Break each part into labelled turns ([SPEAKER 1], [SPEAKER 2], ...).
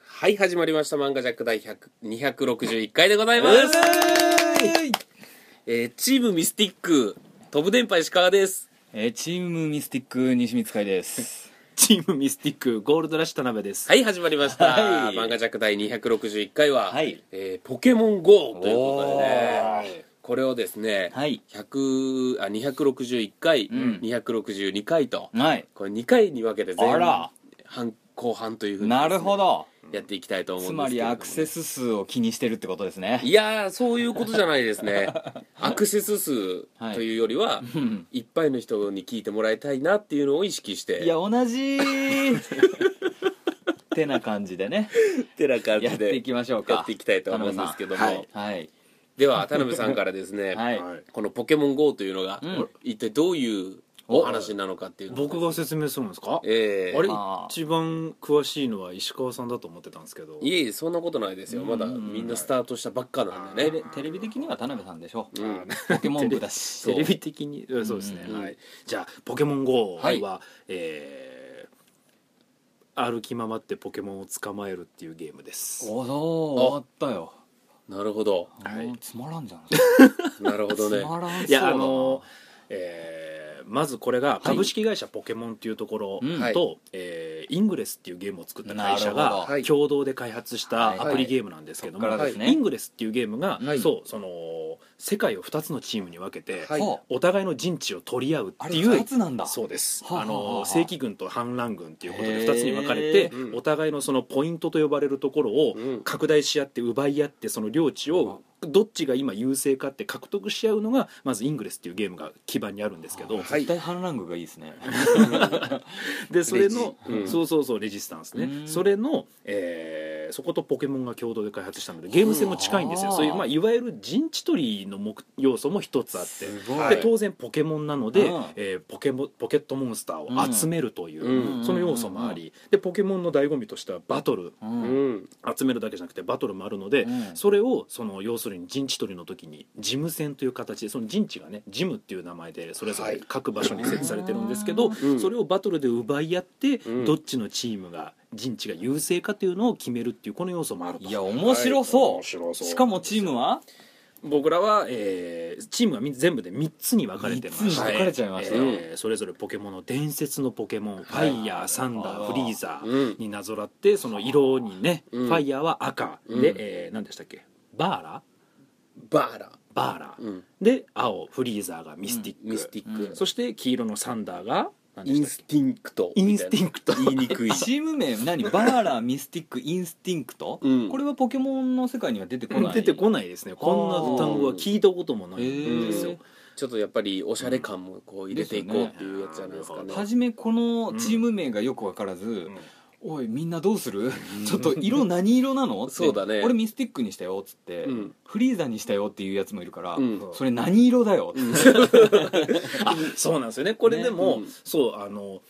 [SPEAKER 1] はい、始まりました。漫画ジャック第100 261回でございま
[SPEAKER 2] う
[SPEAKER 1] す。えーチームミスティック、飛ぶ電波石川です。
[SPEAKER 3] えーチームミスティック西光海です
[SPEAKER 2] チームミスティックゴールドラッシュ田辺です、
[SPEAKER 1] はい、始まりました。
[SPEAKER 3] はい
[SPEAKER 1] 漫画ジャック第261回は、
[SPEAKER 3] はい
[SPEAKER 1] えーポケモン GO ということでね、
[SPEAKER 3] ね
[SPEAKER 1] これをですね、
[SPEAKER 3] はい
[SPEAKER 1] 100あ261回、
[SPEAKER 3] うん
[SPEAKER 1] 262回と、
[SPEAKER 3] はい
[SPEAKER 1] これ2回に分けて
[SPEAKER 3] あ
[SPEAKER 1] 前
[SPEAKER 3] ら
[SPEAKER 1] 半後半というふうにです
[SPEAKER 3] な
[SPEAKER 1] ね、
[SPEAKER 3] るほど
[SPEAKER 1] やっていきたいと思う
[SPEAKER 3] つ
[SPEAKER 1] んです
[SPEAKER 3] ま
[SPEAKER 1] けれ
[SPEAKER 3] り
[SPEAKER 1] ども
[SPEAKER 3] アクセス数を気にしてるってことですね
[SPEAKER 1] いやーそういうことじゃないです ねアクセス数というよりは、
[SPEAKER 3] うん
[SPEAKER 1] いっぱいの人に聞いてもらいたいなっていうのを意識し
[SPEAKER 3] いや
[SPEAKER 1] て
[SPEAKER 3] 同じってな感じでね
[SPEAKER 1] てな感じで
[SPEAKER 3] やっていきましょうか
[SPEAKER 1] やっていきたいと思うんですけども、
[SPEAKER 2] 田辺さん
[SPEAKER 3] はい
[SPEAKER 1] では田辺さんからですね、
[SPEAKER 3] はい
[SPEAKER 2] はい
[SPEAKER 1] この「ポケモン GO」というのが、
[SPEAKER 3] うん
[SPEAKER 1] 一体どういうお話なのかっていうのを
[SPEAKER 2] 僕が説明するんですか、
[SPEAKER 1] ええ
[SPEAKER 2] あれ
[SPEAKER 3] あー
[SPEAKER 2] 一番詳しいのは石川さんだと思ってたんですけど
[SPEAKER 1] いえいえそんなことないですよまだ
[SPEAKER 3] うん
[SPEAKER 1] みんなスタートしたばっかなんで
[SPEAKER 3] テ
[SPEAKER 1] ね
[SPEAKER 3] レテレビ的には田辺さんでしょ
[SPEAKER 1] うん
[SPEAKER 3] ポケモン部だし
[SPEAKER 2] テレビ的にうんそうですね、
[SPEAKER 1] うん
[SPEAKER 2] はい、じゃあ「ポケモン GO は」
[SPEAKER 1] はい
[SPEAKER 2] えー歩き回ってポケモンを捕まえるっていうゲームです
[SPEAKER 3] おお終わったよ
[SPEAKER 1] なるほど
[SPEAKER 2] はい
[SPEAKER 3] もうつまらんじゃん
[SPEAKER 1] なるほど
[SPEAKER 3] つ
[SPEAKER 1] ね
[SPEAKER 3] まらんそうだない
[SPEAKER 2] やあのえーまずこれが株式会社ポケモンっていうところ
[SPEAKER 3] うん
[SPEAKER 1] はい
[SPEAKER 2] と、えーイングレスっていうゲームを作った会社
[SPEAKER 3] なるほ
[SPEAKER 2] が
[SPEAKER 3] ど
[SPEAKER 1] はい
[SPEAKER 2] 共同で開発したアプリゲームなんですけども、
[SPEAKER 3] はいはいそっからですね
[SPEAKER 2] イングレスっていうゲームが、
[SPEAKER 3] はい
[SPEAKER 2] そうその世界を2つのチームに分けて、
[SPEAKER 1] はい
[SPEAKER 3] そう
[SPEAKER 2] お互いの陣地を取り合うっ
[SPEAKER 3] あ
[SPEAKER 2] て
[SPEAKER 3] れ
[SPEAKER 2] い
[SPEAKER 3] 二
[SPEAKER 2] う
[SPEAKER 3] つなんだ
[SPEAKER 2] そうです、
[SPEAKER 3] はあ
[SPEAKER 2] あ
[SPEAKER 3] はあは
[SPEAKER 2] の
[SPEAKER 3] あ
[SPEAKER 2] 正規軍と反乱軍っていうこと
[SPEAKER 3] へ
[SPEAKER 2] で
[SPEAKER 3] え
[SPEAKER 2] 2つに分かれて
[SPEAKER 1] うん
[SPEAKER 2] お互いのそのポイントと呼ばれるところを
[SPEAKER 1] うん
[SPEAKER 2] 拡大し合って奪い合ってその領地をどっちが今優勢かって獲得し合うのがまずイングレスっていうゲームが基盤にあるんですけど
[SPEAKER 1] はい
[SPEAKER 3] 絶対反乱軍がいいですね
[SPEAKER 2] でそ
[SPEAKER 1] レ
[SPEAKER 2] れの
[SPEAKER 1] ジうん
[SPEAKER 2] そうそうそうレジスタンス
[SPEAKER 3] う
[SPEAKER 2] ね
[SPEAKER 3] ん
[SPEAKER 2] それのえーそことポケモンが共同で開発したのでゲーム性も近いんですよ
[SPEAKER 3] うん
[SPEAKER 2] そういうまあいわゆる陣地取りの目要素も一つあって
[SPEAKER 3] すごい
[SPEAKER 1] は
[SPEAKER 2] で
[SPEAKER 1] い
[SPEAKER 2] 当然ポケモンなので、
[SPEAKER 3] うん
[SPEAKER 2] えーポケモポケットモンスターを集めるという、
[SPEAKER 1] うん
[SPEAKER 2] その要素もあり、でポケモンの醍醐味としてはバトル
[SPEAKER 3] う
[SPEAKER 1] うんん
[SPEAKER 2] 集めるだけじゃなくてバトルもあるので、
[SPEAKER 3] うん
[SPEAKER 2] それをその要するに陣地取りの時に事務戦という形でその陣地がねジムっていう名前でそれぞ
[SPEAKER 1] は
[SPEAKER 2] れ
[SPEAKER 1] い
[SPEAKER 2] 各場所に設置されてるんですけど、
[SPEAKER 1] うん
[SPEAKER 2] それをバトルで奪い合って、
[SPEAKER 1] うん
[SPEAKER 2] どっちのチームが陣地が優勢かというのを決めるっていうこの要素もあると
[SPEAKER 3] いや面白そう,、
[SPEAKER 2] 面白そう
[SPEAKER 3] しかもチームは
[SPEAKER 2] 僕らは、えーチームがみ全部で3つに分かれてまして
[SPEAKER 3] 三つに分かれちゃいました
[SPEAKER 1] よ
[SPEAKER 2] えーそれぞれポケモンの伝説のポケモン、ファイヤーサンダ
[SPEAKER 3] あ
[SPEAKER 2] ー
[SPEAKER 3] ー
[SPEAKER 2] フリーザー
[SPEAKER 1] うん
[SPEAKER 2] になぞらってその色にね、
[SPEAKER 1] うん
[SPEAKER 2] ファイヤーは赤、
[SPEAKER 1] うん
[SPEAKER 2] で、えー何でしたっけバーラ
[SPEAKER 1] バーラ
[SPEAKER 2] バーラ、
[SPEAKER 1] うん
[SPEAKER 2] で青フリーザーがミスティック,、
[SPEAKER 1] ミスティック、
[SPEAKER 3] うん
[SPEAKER 2] そして黄色のサンダーが何で
[SPEAKER 1] イ
[SPEAKER 2] し
[SPEAKER 1] ン
[SPEAKER 2] たっ
[SPEAKER 1] ス
[SPEAKER 2] け
[SPEAKER 1] ティンクトみたいな
[SPEAKER 2] インスティンクト
[SPEAKER 1] 言いに くい
[SPEAKER 3] チーム名何バーラミスティックインスティンクト、
[SPEAKER 1] うん
[SPEAKER 3] これはポケモンの世界には出てこない
[SPEAKER 2] 出てこないですねこんな単語は聞いたこともないんです
[SPEAKER 3] へ
[SPEAKER 2] よ
[SPEAKER 3] ー
[SPEAKER 1] ちょっとやっぱりおしゃれ感もこう入れていこうっていうやつじゃないですかね
[SPEAKER 3] 初めこのチーム名がよく分からず、
[SPEAKER 2] ん
[SPEAKER 3] おいみんなどうするちょっと色何色なのって
[SPEAKER 1] そうだね
[SPEAKER 3] 俺ミスティックにしたよっつって、
[SPEAKER 1] うん
[SPEAKER 3] フリーザにしたよっていうやつもいるから、
[SPEAKER 1] うん
[SPEAKER 3] それ何色だよって、
[SPEAKER 2] あそうなんですよねこれでも、
[SPEAKER 1] ねうん
[SPEAKER 2] そうあの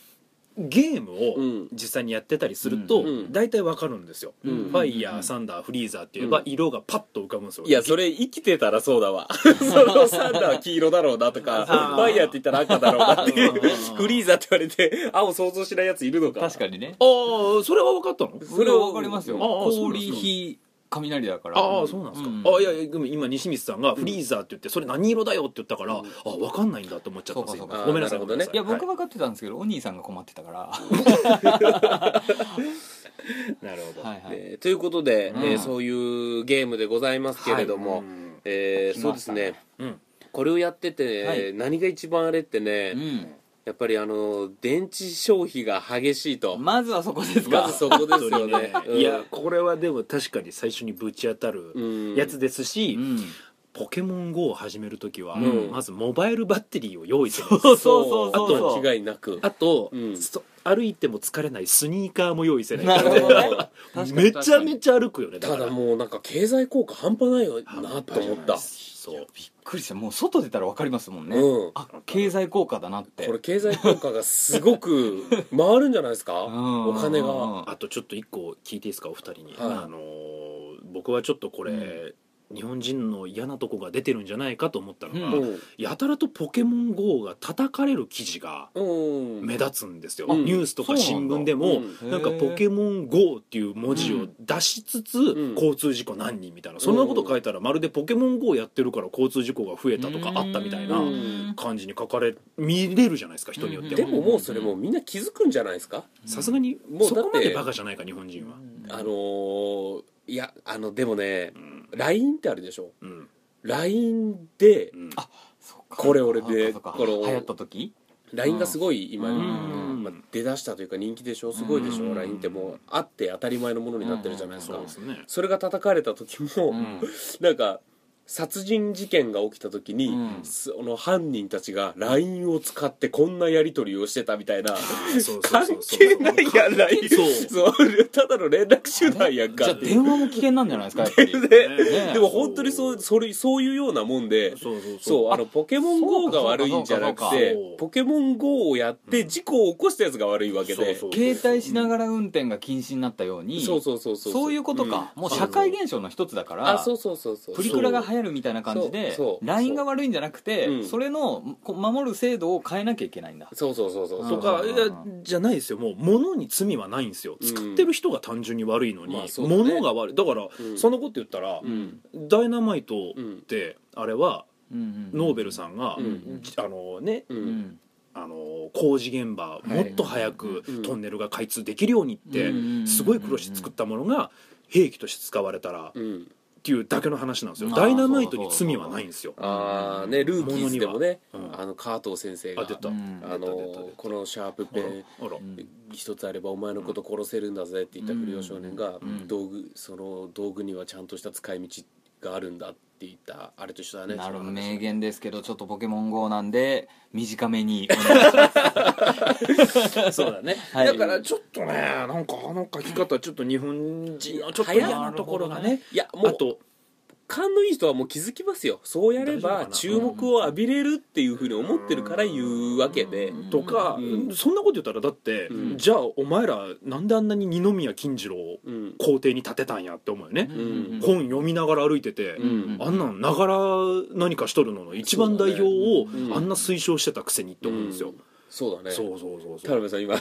[SPEAKER 2] ゲーム
[SPEAKER 1] うん
[SPEAKER 2] を実際にやってたりすると、
[SPEAKER 1] うんうん
[SPEAKER 2] 大体わかるんですよ、
[SPEAKER 1] うん
[SPEAKER 2] ファイヤーサンダーフリーザーって言えば
[SPEAKER 1] うん
[SPEAKER 2] 色がパッと浮かぶんですよ、
[SPEAKER 1] いやそれ生きてたらそうだわ そのサンダーは黄色だろうなとかフ
[SPEAKER 2] あー
[SPEAKER 1] ァイヤーって言ったら赤だろうなっていう
[SPEAKER 3] あー
[SPEAKER 1] フリーザって言われて青想像しないやついるのか
[SPEAKER 3] 確かにね
[SPEAKER 2] ああそれは分かったの
[SPEAKER 1] そ
[SPEAKER 3] そ
[SPEAKER 1] れ
[SPEAKER 3] れ
[SPEAKER 1] は
[SPEAKER 3] は分かりますよ
[SPEAKER 2] ああそうなんで
[SPEAKER 3] 氷火
[SPEAKER 2] すか
[SPEAKER 3] 雷だから
[SPEAKER 2] ああそうなんですか、
[SPEAKER 3] うん
[SPEAKER 2] あいやいやでも今西光さんが「フリーザー」って言って「それ何色だよ」って言ったから、
[SPEAKER 1] うん
[SPEAKER 2] あ分かんないんだと思っちゃったんですよ
[SPEAKER 3] そうかそう
[SPEAKER 1] か
[SPEAKER 2] ごめんなさい
[SPEAKER 1] あーなるほどね
[SPEAKER 3] いや僕
[SPEAKER 2] は
[SPEAKER 3] 分かってたんですけど、お兄さんが困ってたから
[SPEAKER 2] いなるほど、
[SPEAKER 3] はいはい、
[SPEAKER 1] えーということで、
[SPEAKER 3] うん
[SPEAKER 1] えーそういうゲームでございますけれども、
[SPEAKER 2] はいうん
[SPEAKER 1] えー
[SPEAKER 3] 来
[SPEAKER 1] そう
[SPEAKER 3] ま
[SPEAKER 1] で
[SPEAKER 3] し
[SPEAKER 1] す
[SPEAKER 3] たね
[SPEAKER 1] ね
[SPEAKER 2] うん
[SPEAKER 1] これをやってて、
[SPEAKER 3] はい
[SPEAKER 1] 何が一番あれってね、
[SPEAKER 3] う
[SPEAKER 1] やっぱりあの電池消費が激しいと
[SPEAKER 3] ん、まずはそこですか
[SPEAKER 1] まずそこですよね
[SPEAKER 2] 本当に
[SPEAKER 1] うん
[SPEAKER 2] いやこれはでも確かに最初にぶち当たる
[SPEAKER 1] うん
[SPEAKER 2] やつですし、
[SPEAKER 3] うん、
[SPEAKER 2] ポケモン GO を始める時は、
[SPEAKER 3] うん
[SPEAKER 2] まずモバイルバッテリーを用意する
[SPEAKER 3] そうそうそう
[SPEAKER 1] そ
[SPEAKER 3] そう
[SPEAKER 1] う間違いなく
[SPEAKER 2] あと、
[SPEAKER 1] うん
[SPEAKER 2] そ歩いても疲れないスニーカーも用意せない
[SPEAKER 3] なるほどね確か
[SPEAKER 2] め
[SPEAKER 3] に
[SPEAKER 2] ちゃめ
[SPEAKER 3] 確
[SPEAKER 2] ちゃ歩くよねだか
[SPEAKER 1] た
[SPEAKER 2] ら
[SPEAKER 1] だもうなんか経済効果半端ないよなと思った
[SPEAKER 3] かにい
[SPEAKER 2] そ
[SPEAKER 3] やびっくりしたもう外出たら分かりますもんね、
[SPEAKER 1] うん
[SPEAKER 3] あ経済効果だなって
[SPEAKER 1] これ経済効果がすごく回るんじゃないですか
[SPEAKER 3] うん
[SPEAKER 1] お金
[SPEAKER 3] う
[SPEAKER 1] が
[SPEAKER 3] ん
[SPEAKER 2] あとちょっと一個聞いていいですかお二人に、
[SPEAKER 1] はい
[SPEAKER 2] あのー僕はちょっとこれ、日本人の嫌なとこが出てるんじゃないかと思ったのが、
[SPEAKER 3] う
[SPEAKER 2] やたらとポケモン GO が叩かれる記事が
[SPEAKER 1] うん
[SPEAKER 2] 目立つんですよ、
[SPEAKER 1] うん
[SPEAKER 2] ニュースとか新聞で
[SPEAKER 1] そうな
[SPEAKER 2] も
[SPEAKER 1] んだ
[SPEAKER 3] うん
[SPEAKER 2] なんか
[SPEAKER 3] へー
[SPEAKER 2] ポケモン GO っていう文字
[SPEAKER 3] う
[SPEAKER 2] を
[SPEAKER 3] ん
[SPEAKER 2] 出しつつ、
[SPEAKER 1] ん
[SPEAKER 2] 交通事故何人みたいなそんなこと書いたらまるでポケモン GO やってるから交通事故が増えたとかあったみたいな
[SPEAKER 1] うん
[SPEAKER 2] 感じに書かれ見れるじゃないですか人によって
[SPEAKER 1] で
[SPEAKER 2] は
[SPEAKER 1] ももうそれもうみんな気づくんじゃないですか
[SPEAKER 2] さすがに
[SPEAKER 1] もうだって
[SPEAKER 2] そこまでバカじゃないか日本人は、
[SPEAKER 1] あのーいやあのでもね
[SPEAKER 2] うん、
[SPEAKER 1] LINE ってあるでしょ
[SPEAKER 2] うん
[SPEAKER 1] LINE で
[SPEAKER 2] うん
[SPEAKER 3] あそうか
[SPEAKER 1] これ俺で
[SPEAKER 3] そうか
[SPEAKER 1] こ
[SPEAKER 3] そう
[SPEAKER 1] の
[SPEAKER 3] か流行った時
[SPEAKER 1] LINE がすごい今、
[SPEAKER 3] うん
[SPEAKER 1] まあ、出だしたというか人気でしょすごいでしょ、
[SPEAKER 2] うん
[SPEAKER 1] LINE ってもうあって当たり前のものになってるじゃないですか、
[SPEAKER 2] そうです ね
[SPEAKER 1] それが叩かれた時も、
[SPEAKER 3] うん
[SPEAKER 1] なんか殺人事件が起きた時に、
[SPEAKER 3] うん
[SPEAKER 1] その犯人たちが LINE を使ってこんなやり取りをしてたみたいな
[SPEAKER 2] そうそう
[SPEAKER 1] 関
[SPEAKER 2] そうそう
[SPEAKER 1] 係ないやん LINE
[SPEAKER 2] そう
[SPEAKER 1] そうただの連絡手段やんか
[SPEAKER 3] じゃあ
[SPEAKER 1] っていう
[SPEAKER 3] 電話も危険なんじゃないですかやっ ぱり
[SPEAKER 1] で
[SPEAKER 3] ね
[SPEAKER 1] でも本当にそうそれそういうようなもんで
[SPEAKER 2] そうそう
[SPEAKER 1] そうあのポケモン GO が悪いんじゃな
[SPEAKER 3] そう
[SPEAKER 1] く
[SPEAKER 3] か
[SPEAKER 2] そうか
[SPEAKER 1] て
[SPEAKER 2] そうか
[SPEAKER 1] ポケモン GO をやって事故を起こしたやつが悪いわけで
[SPEAKER 2] そうそう
[SPEAKER 3] 携帯しながら運転が禁止になったように
[SPEAKER 1] そうそうそうそう
[SPEAKER 3] そういうことか、
[SPEAKER 1] うん
[SPEAKER 3] もう社会現象の一つだから
[SPEAKER 1] あそうそうそうそう
[SPEAKER 3] プリクラが流行るみたいな感じで
[SPEAKER 1] そうそう
[SPEAKER 3] LINE が悪いんじゃなくて、
[SPEAKER 1] うん
[SPEAKER 3] それのこ守る制度を変えなきゃいけないんだ
[SPEAKER 1] そうそうそうそう
[SPEAKER 3] うん
[SPEAKER 1] そ
[SPEAKER 2] と
[SPEAKER 1] うか
[SPEAKER 2] かいやじゃないですよもう物に罪はないんですよ
[SPEAKER 1] うん
[SPEAKER 2] 作ってる人が単純に悪いのに、
[SPEAKER 1] まあそうだね
[SPEAKER 2] 物が悪いだから、
[SPEAKER 1] うん
[SPEAKER 2] そのこと言ったら、
[SPEAKER 1] うん
[SPEAKER 2] ダイナマイト
[SPEAKER 1] う
[SPEAKER 2] っ
[SPEAKER 1] ん
[SPEAKER 2] てあれはノーベルさ
[SPEAKER 3] ん、
[SPEAKER 2] んが、
[SPEAKER 1] うん
[SPEAKER 2] じあのね
[SPEAKER 1] う
[SPEAKER 3] うんん
[SPEAKER 2] あの工事現場
[SPEAKER 3] い
[SPEAKER 2] もっと早く
[SPEAKER 1] うん
[SPEAKER 2] トンネルが開通できるようにって、
[SPEAKER 3] うん
[SPEAKER 2] すごい苦労して作ったものが兵器として使われたらっ
[SPEAKER 1] うん
[SPEAKER 2] ていうだけの話なんですよ、
[SPEAKER 3] まあ
[SPEAKER 2] ダイナマイトに罪はないんですよ、
[SPEAKER 1] ああねルーキーズでもね
[SPEAKER 2] 物にはうん
[SPEAKER 1] あの加藤先生が
[SPEAKER 2] あ出た
[SPEAKER 3] うん
[SPEAKER 1] あの
[SPEAKER 2] 出た出た
[SPEAKER 1] このシャープペン
[SPEAKER 2] あら、
[SPEAKER 3] うん
[SPEAKER 1] 一つあればお前のこと殺せるんだぜって言った不良少年が
[SPEAKER 3] うん
[SPEAKER 1] 道具その道具にはちゃんとした使い道があるんだって言ったあれと一緒だね
[SPEAKER 3] なるほ
[SPEAKER 1] そ
[SPEAKER 3] ど
[SPEAKER 1] の話
[SPEAKER 3] 名言ですけどちょっとポケモン GO なん で短めに
[SPEAKER 1] そうだね
[SPEAKER 3] はい
[SPEAKER 2] だからちょっとねなんかあの書き方ちょっと日本人のちょっと嫌なところがね
[SPEAKER 1] いやも
[SPEAKER 2] あ
[SPEAKER 1] う
[SPEAKER 2] と
[SPEAKER 1] 勘のいい人はもう気づきますよそうやれ
[SPEAKER 2] 大丈夫か
[SPEAKER 1] ば
[SPEAKER 2] な
[SPEAKER 1] 注目を浴びれるっていうふうに思ってるから言うわけで
[SPEAKER 3] うん
[SPEAKER 2] とか、
[SPEAKER 1] うん
[SPEAKER 2] そんなこと言ったらだって、
[SPEAKER 1] うん
[SPEAKER 2] じゃあお前らなんであんなに二宮金次郎を
[SPEAKER 1] うん
[SPEAKER 2] 皇帝に立てたんやって思うよね、
[SPEAKER 1] ん
[SPEAKER 2] 本読みながら歩いてて、
[SPEAKER 1] うん
[SPEAKER 2] あんなんながら何かしとるのの一番代表を
[SPEAKER 1] そうだねうん
[SPEAKER 2] あんな推奨してたくせにって思うんですよ、
[SPEAKER 1] うそうだね
[SPEAKER 2] そうそうそう
[SPEAKER 1] 田
[SPEAKER 2] そう
[SPEAKER 1] 辺さん今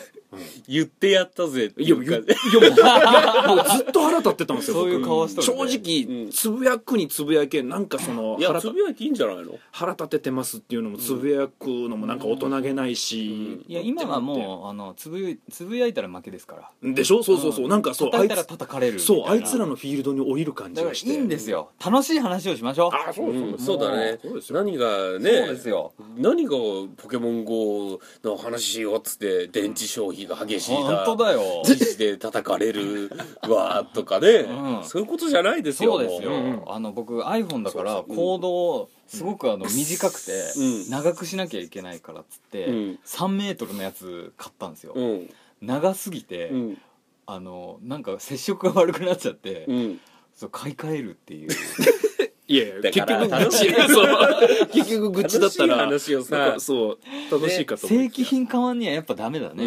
[SPEAKER 1] 言ってやったぜって
[SPEAKER 2] い
[SPEAKER 1] い
[SPEAKER 2] や
[SPEAKER 1] う
[SPEAKER 2] 言
[SPEAKER 1] 感
[SPEAKER 2] って
[SPEAKER 1] じ
[SPEAKER 2] いやもういやもうずっと腹立ってたんですよ
[SPEAKER 3] そういう顔しとる
[SPEAKER 2] 僕
[SPEAKER 3] ね
[SPEAKER 2] 正直、
[SPEAKER 1] うん
[SPEAKER 2] つぶやくにつぶやけなんかその
[SPEAKER 1] いや
[SPEAKER 2] 腹立
[SPEAKER 1] つ
[SPEAKER 2] っ
[SPEAKER 1] ぶやきいいんじゃないの
[SPEAKER 2] 腹立ててますっていうのもつぶやくのもなんか大人げないし、
[SPEAKER 3] いや今はもうあのつぶやつぶやいたら負けですから
[SPEAKER 2] でしょそうそうそう、
[SPEAKER 3] うん
[SPEAKER 2] なんかそうあ
[SPEAKER 3] 叩
[SPEAKER 2] い
[SPEAKER 3] いたら
[SPEAKER 2] つ
[SPEAKER 3] 叩かれる
[SPEAKER 2] そうあいつら
[SPEAKER 3] の
[SPEAKER 2] のフィールドに降りる感じ
[SPEAKER 3] だか
[SPEAKER 2] が
[SPEAKER 3] らい
[SPEAKER 2] して
[SPEAKER 3] いんですよ楽しい話をしましょう
[SPEAKER 2] あそうそう、
[SPEAKER 1] うんそうだね
[SPEAKER 2] そうですよ
[SPEAKER 1] 何が
[SPEAKER 3] そう
[SPEAKER 1] ね
[SPEAKER 3] ですよ
[SPEAKER 1] 何がポケモン GO の話しようっつって電池消費が激しい
[SPEAKER 3] 本
[SPEAKER 1] な
[SPEAKER 3] 当だよ
[SPEAKER 1] 記事で叩かれるわとかね
[SPEAKER 3] うん
[SPEAKER 1] そういうことじゃないですよ
[SPEAKER 3] そうですよ、
[SPEAKER 1] も
[SPEAKER 2] うん
[SPEAKER 3] あの僕 iPhone だか
[SPEAKER 1] そ
[SPEAKER 3] ら
[SPEAKER 1] うそう
[SPEAKER 3] 行動をすごくあの短くて
[SPEAKER 1] うん
[SPEAKER 3] 長くしなきゃいけないからっつって
[SPEAKER 1] うん
[SPEAKER 3] 3メートルのやつ買ったんですよ
[SPEAKER 1] うん
[SPEAKER 3] 長すぎて
[SPEAKER 1] うん
[SPEAKER 3] あのなんか接触が悪くなっちゃって
[SPEAKER 1] うん
[SPEAKER 3] そう買い替えるっていう
[SPEAKER 2] いやいや
[SPEAKER 1] だ
[SPEAKER 2] 結
[SPEAKER 1] から
[SPEAKER 2] 局愚
[SPEAKER 1] 楽し
[SPEAKER 2] 痴
[SPEAKER 1] い
[SPEAKER 2] そう 結局愚痴だったら
[SPEAKER 1] 楽しい話をさ
[SPEAKER 2] なんかそう楽しいかと思
[SPEAKER 3] 正
[SPEAKER 2] いき
[SPEAKER 3] 規品買わんにはやっぱダメだね
[SPEAKER 1] うー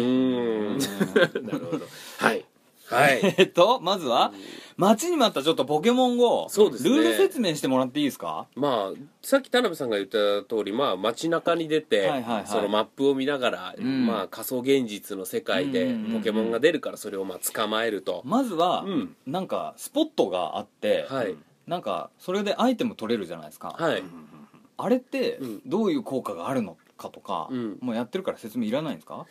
[SPEAKER 3] う
[SPEAKER 1] ん
[SPEAKER 3] ん
[SPEAKER 2] なるほどはい
[SPEAKER 1] はい
[SPEAKER 3] えっとまずは待ちに待ったちょっとポケモン GO
[SPEAKER 1] そうですね
[SPEAKER 3] ルール説明してもらっていいですか
[SPEAKER 1] まあさっき田辺さんが言った通りまあ街中に出て、
[SPEAKER 3] はいはいはい
[SPEAKER 1] そのマップを見ながら、
[SPEAKER 3] うん
[SPEAKER 1] まあ仮想現実の世界
[SPEAKER 3] うん
[SPEAKER 1] で
[SPEAKER 3] うんうんうん
[SPEAKER 1] ポケモンが出るからそれをまあ捕まえると、
[SPEAKER 3] まずは、
[SPEAKER 1] うん
[SPEAKER 3] なんかスポットがあって、
[SPEAKER 1] はい
[SPEAKER 3] なんかそれでアイテム取れるじゃないですか、
[SPEAKER 1] はい、
[SPEAKER 3] あれって
[SPEAKER 1] うん
[SPEAKER 3] どういう効果があるのかとか、
[SPEAKER 1] うん
[SPEAKER 3] もうやってるから説明いらないんですか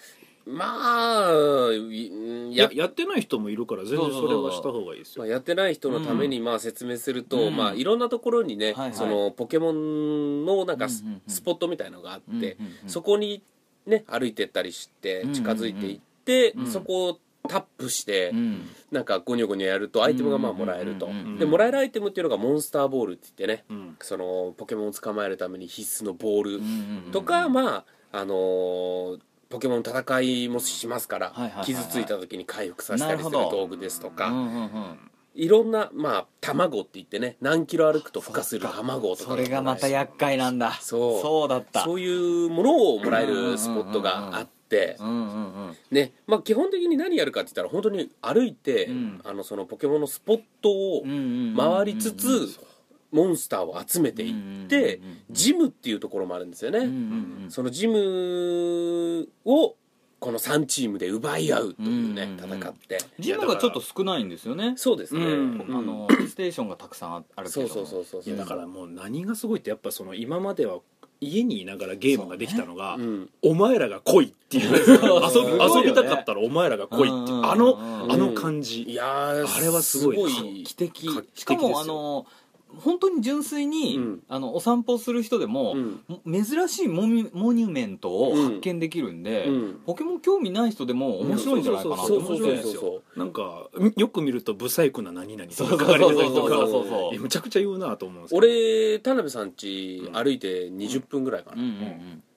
[SPEAKER 1] まあい
[SPEAKER 2] い
[SPEAKER 1] や
[SPEAKER 2] ややってない人もいるから全然それはした方がいいです
[SPEAKER 1] まあ、
[SPEAKER 2] よ
[SPEAKER 1] やってない人のためにまあ説明すると、
[SPEAKER 3] うん
[SPEAKER 1] まあ、いろんなところに
[SPEAKER 3] は
[SPEAKER 1] ね、
[SPEAKER 3] いはい
[SPEAKER 1] そのポケモンのなんかス,、
[SPEAKER 3] うんうんうん
[SPEAKER 1] ポットみたいのがあって、
[SPEAKER 3] うんうんうん
[SPEAKER 1] そこにね歩いてったりし
[SPEAKER 3] うん
[SPEAKER 1] て
[SPEAKER 3] うんうん
[SPEAKER 1] 近づいていって、
[SPEAKER 3] うん
[SPEAKER 1] そこをタップして、
[SPEAKER 3] うん
[SPEAKER 1] なんかゴニョゴニョやるとアイテムがまあもらえると、
[SPEAKER 3] うんうんうん
[SPEAKER 2] うん
[SPEAKER 1] でもらえるアイテムっていうのがモンスターボールって言ってね
[SPEAKER 2] うん
[SPEAKER 1] そのポケモンを捕まえるために必須のボール
[SPEAKER 3] うん
[SPEAKER 1] とか、まああのーポケモンの戦いもしますから、
[SPEAKER 3] はいはいはいはい
[SPEAKER 1] 傷ついた時に回復させたりする
[SPEAKER 3] なるほど
[SPEAKER 1] 道具ですと
[SPEAKER 3] う
[SPEAKER 1] か、
[SPEAKER 3] んうんうん
[SPEAKER 1] いろんなまあ卵って言ってね何キロ歩くと孵化する
[SPEAKER 3] そっか
[SPEAKER 1] 卵とか
[SPEAKER 3] それがまた厄介なんだ
[SPEAKER 1] そう
[SPEAKER 3] そうだった
[SPEAKER 1] そういうものをもらえるスポットがあって
[SPEAKER 3] うんうんうん
[SPEAKER 1] ねまあ基本的に何やるかって言ったら本当に歩いて、
[SPEAKER 3] うん
[SPEAKER 1] あのそのポケモンのスポットを
[SPEAKER 3] うんうんうんうん
[SPEAKER 1] 回りつつ、モンスターを集めていって、
[SPEAKER 3] うんうんうんうん
[SPEAKER 1] ジムっていうところもあるんですよね、
[SPEAKER 3] うんうん
[SPEAKER 1] そのジムをこの3チームで奪い合うというね、
[SPEAKER 3] うんうんうん
[SPEAKER 1] 戦って
[SPEAKER 3] ジムがちょっと少ないんですよね
[SPEAKER 1] そうですね、
[SPEAKER 2] うん
[SPEAKER 1] うん
[SPEAKER 2] あ
[SPEAKER 3] あのステーションがたくさんああるけ
[SPEAKER 1] そう
[SPEAKER 3] ど
[SPEAKER 1] そうそうそう
[SPEAKER 2] いやだからもう何がすごいってやっぱその今までは家にいながらゲームができたのが、
[SPEAKER 1] うん、
[SPEAKER 2] お前らが来いっていう 遊び遊びたかったらお前らが来いっていうあの
[SPEAKER 1] うん
[SPEAKER 2] あの感
[SPEAKER 1] い
[SPEAKER 2] じ
[SPEAKER 1] やー
[SPEAKER 2] あれはすごい
[SPEAKER 3] 画期的
[SPEAKER 2] 画期的です
[SPEAKER 3] し
[SPEAKER 2] よ
[SPEAKER 3] かもあの本当に純粋に、
[SPEAKER 1] うん
[SPEAKER 3] あのお散歩する人でも
[SPEAKER 1] う、ん
[SPEAKER 3] も珍しいモミモニュメントを発見できるんで、
[SPEAKER 1] うん
[SPEAKER 3] ポケモン興味ない人でも面白いんじゃないかなと
[SPEAKER 1] そう
[SPEAKER 3] 思
[SPEAKER 1] そ
[SPEAKER 3] っ
[SPEAKER 1] うそう
[SPEAKER 3] て
[SPEAKER 1] そうそ
[SPEAKER 2] なんかよく見るとブサイクな何々と
[SPEAKER 3] そう
[SPEAKER 2] か
[SPEAKER 3] そう
[SPEAKER 2] 書
[SPEAKER 3] そ
[SPEAKER 2] か
[SPEAKER 3] う
[SPEAKER 2] れ
[SPEAKER 3] そうそうそ
[SPEAKER 2] てたりと
[SPEAKER 3] う
[SPEAKER 2] か
[SPEAKER 3] そう
[SPEAKER 2] えむちゃくちゃ言うなと思うんですけど
[SPEAKER 1] 俺田辺さん家歩いて20分ぐらいか
[SPEAKER 3] うん
[SPEAKER 1] な、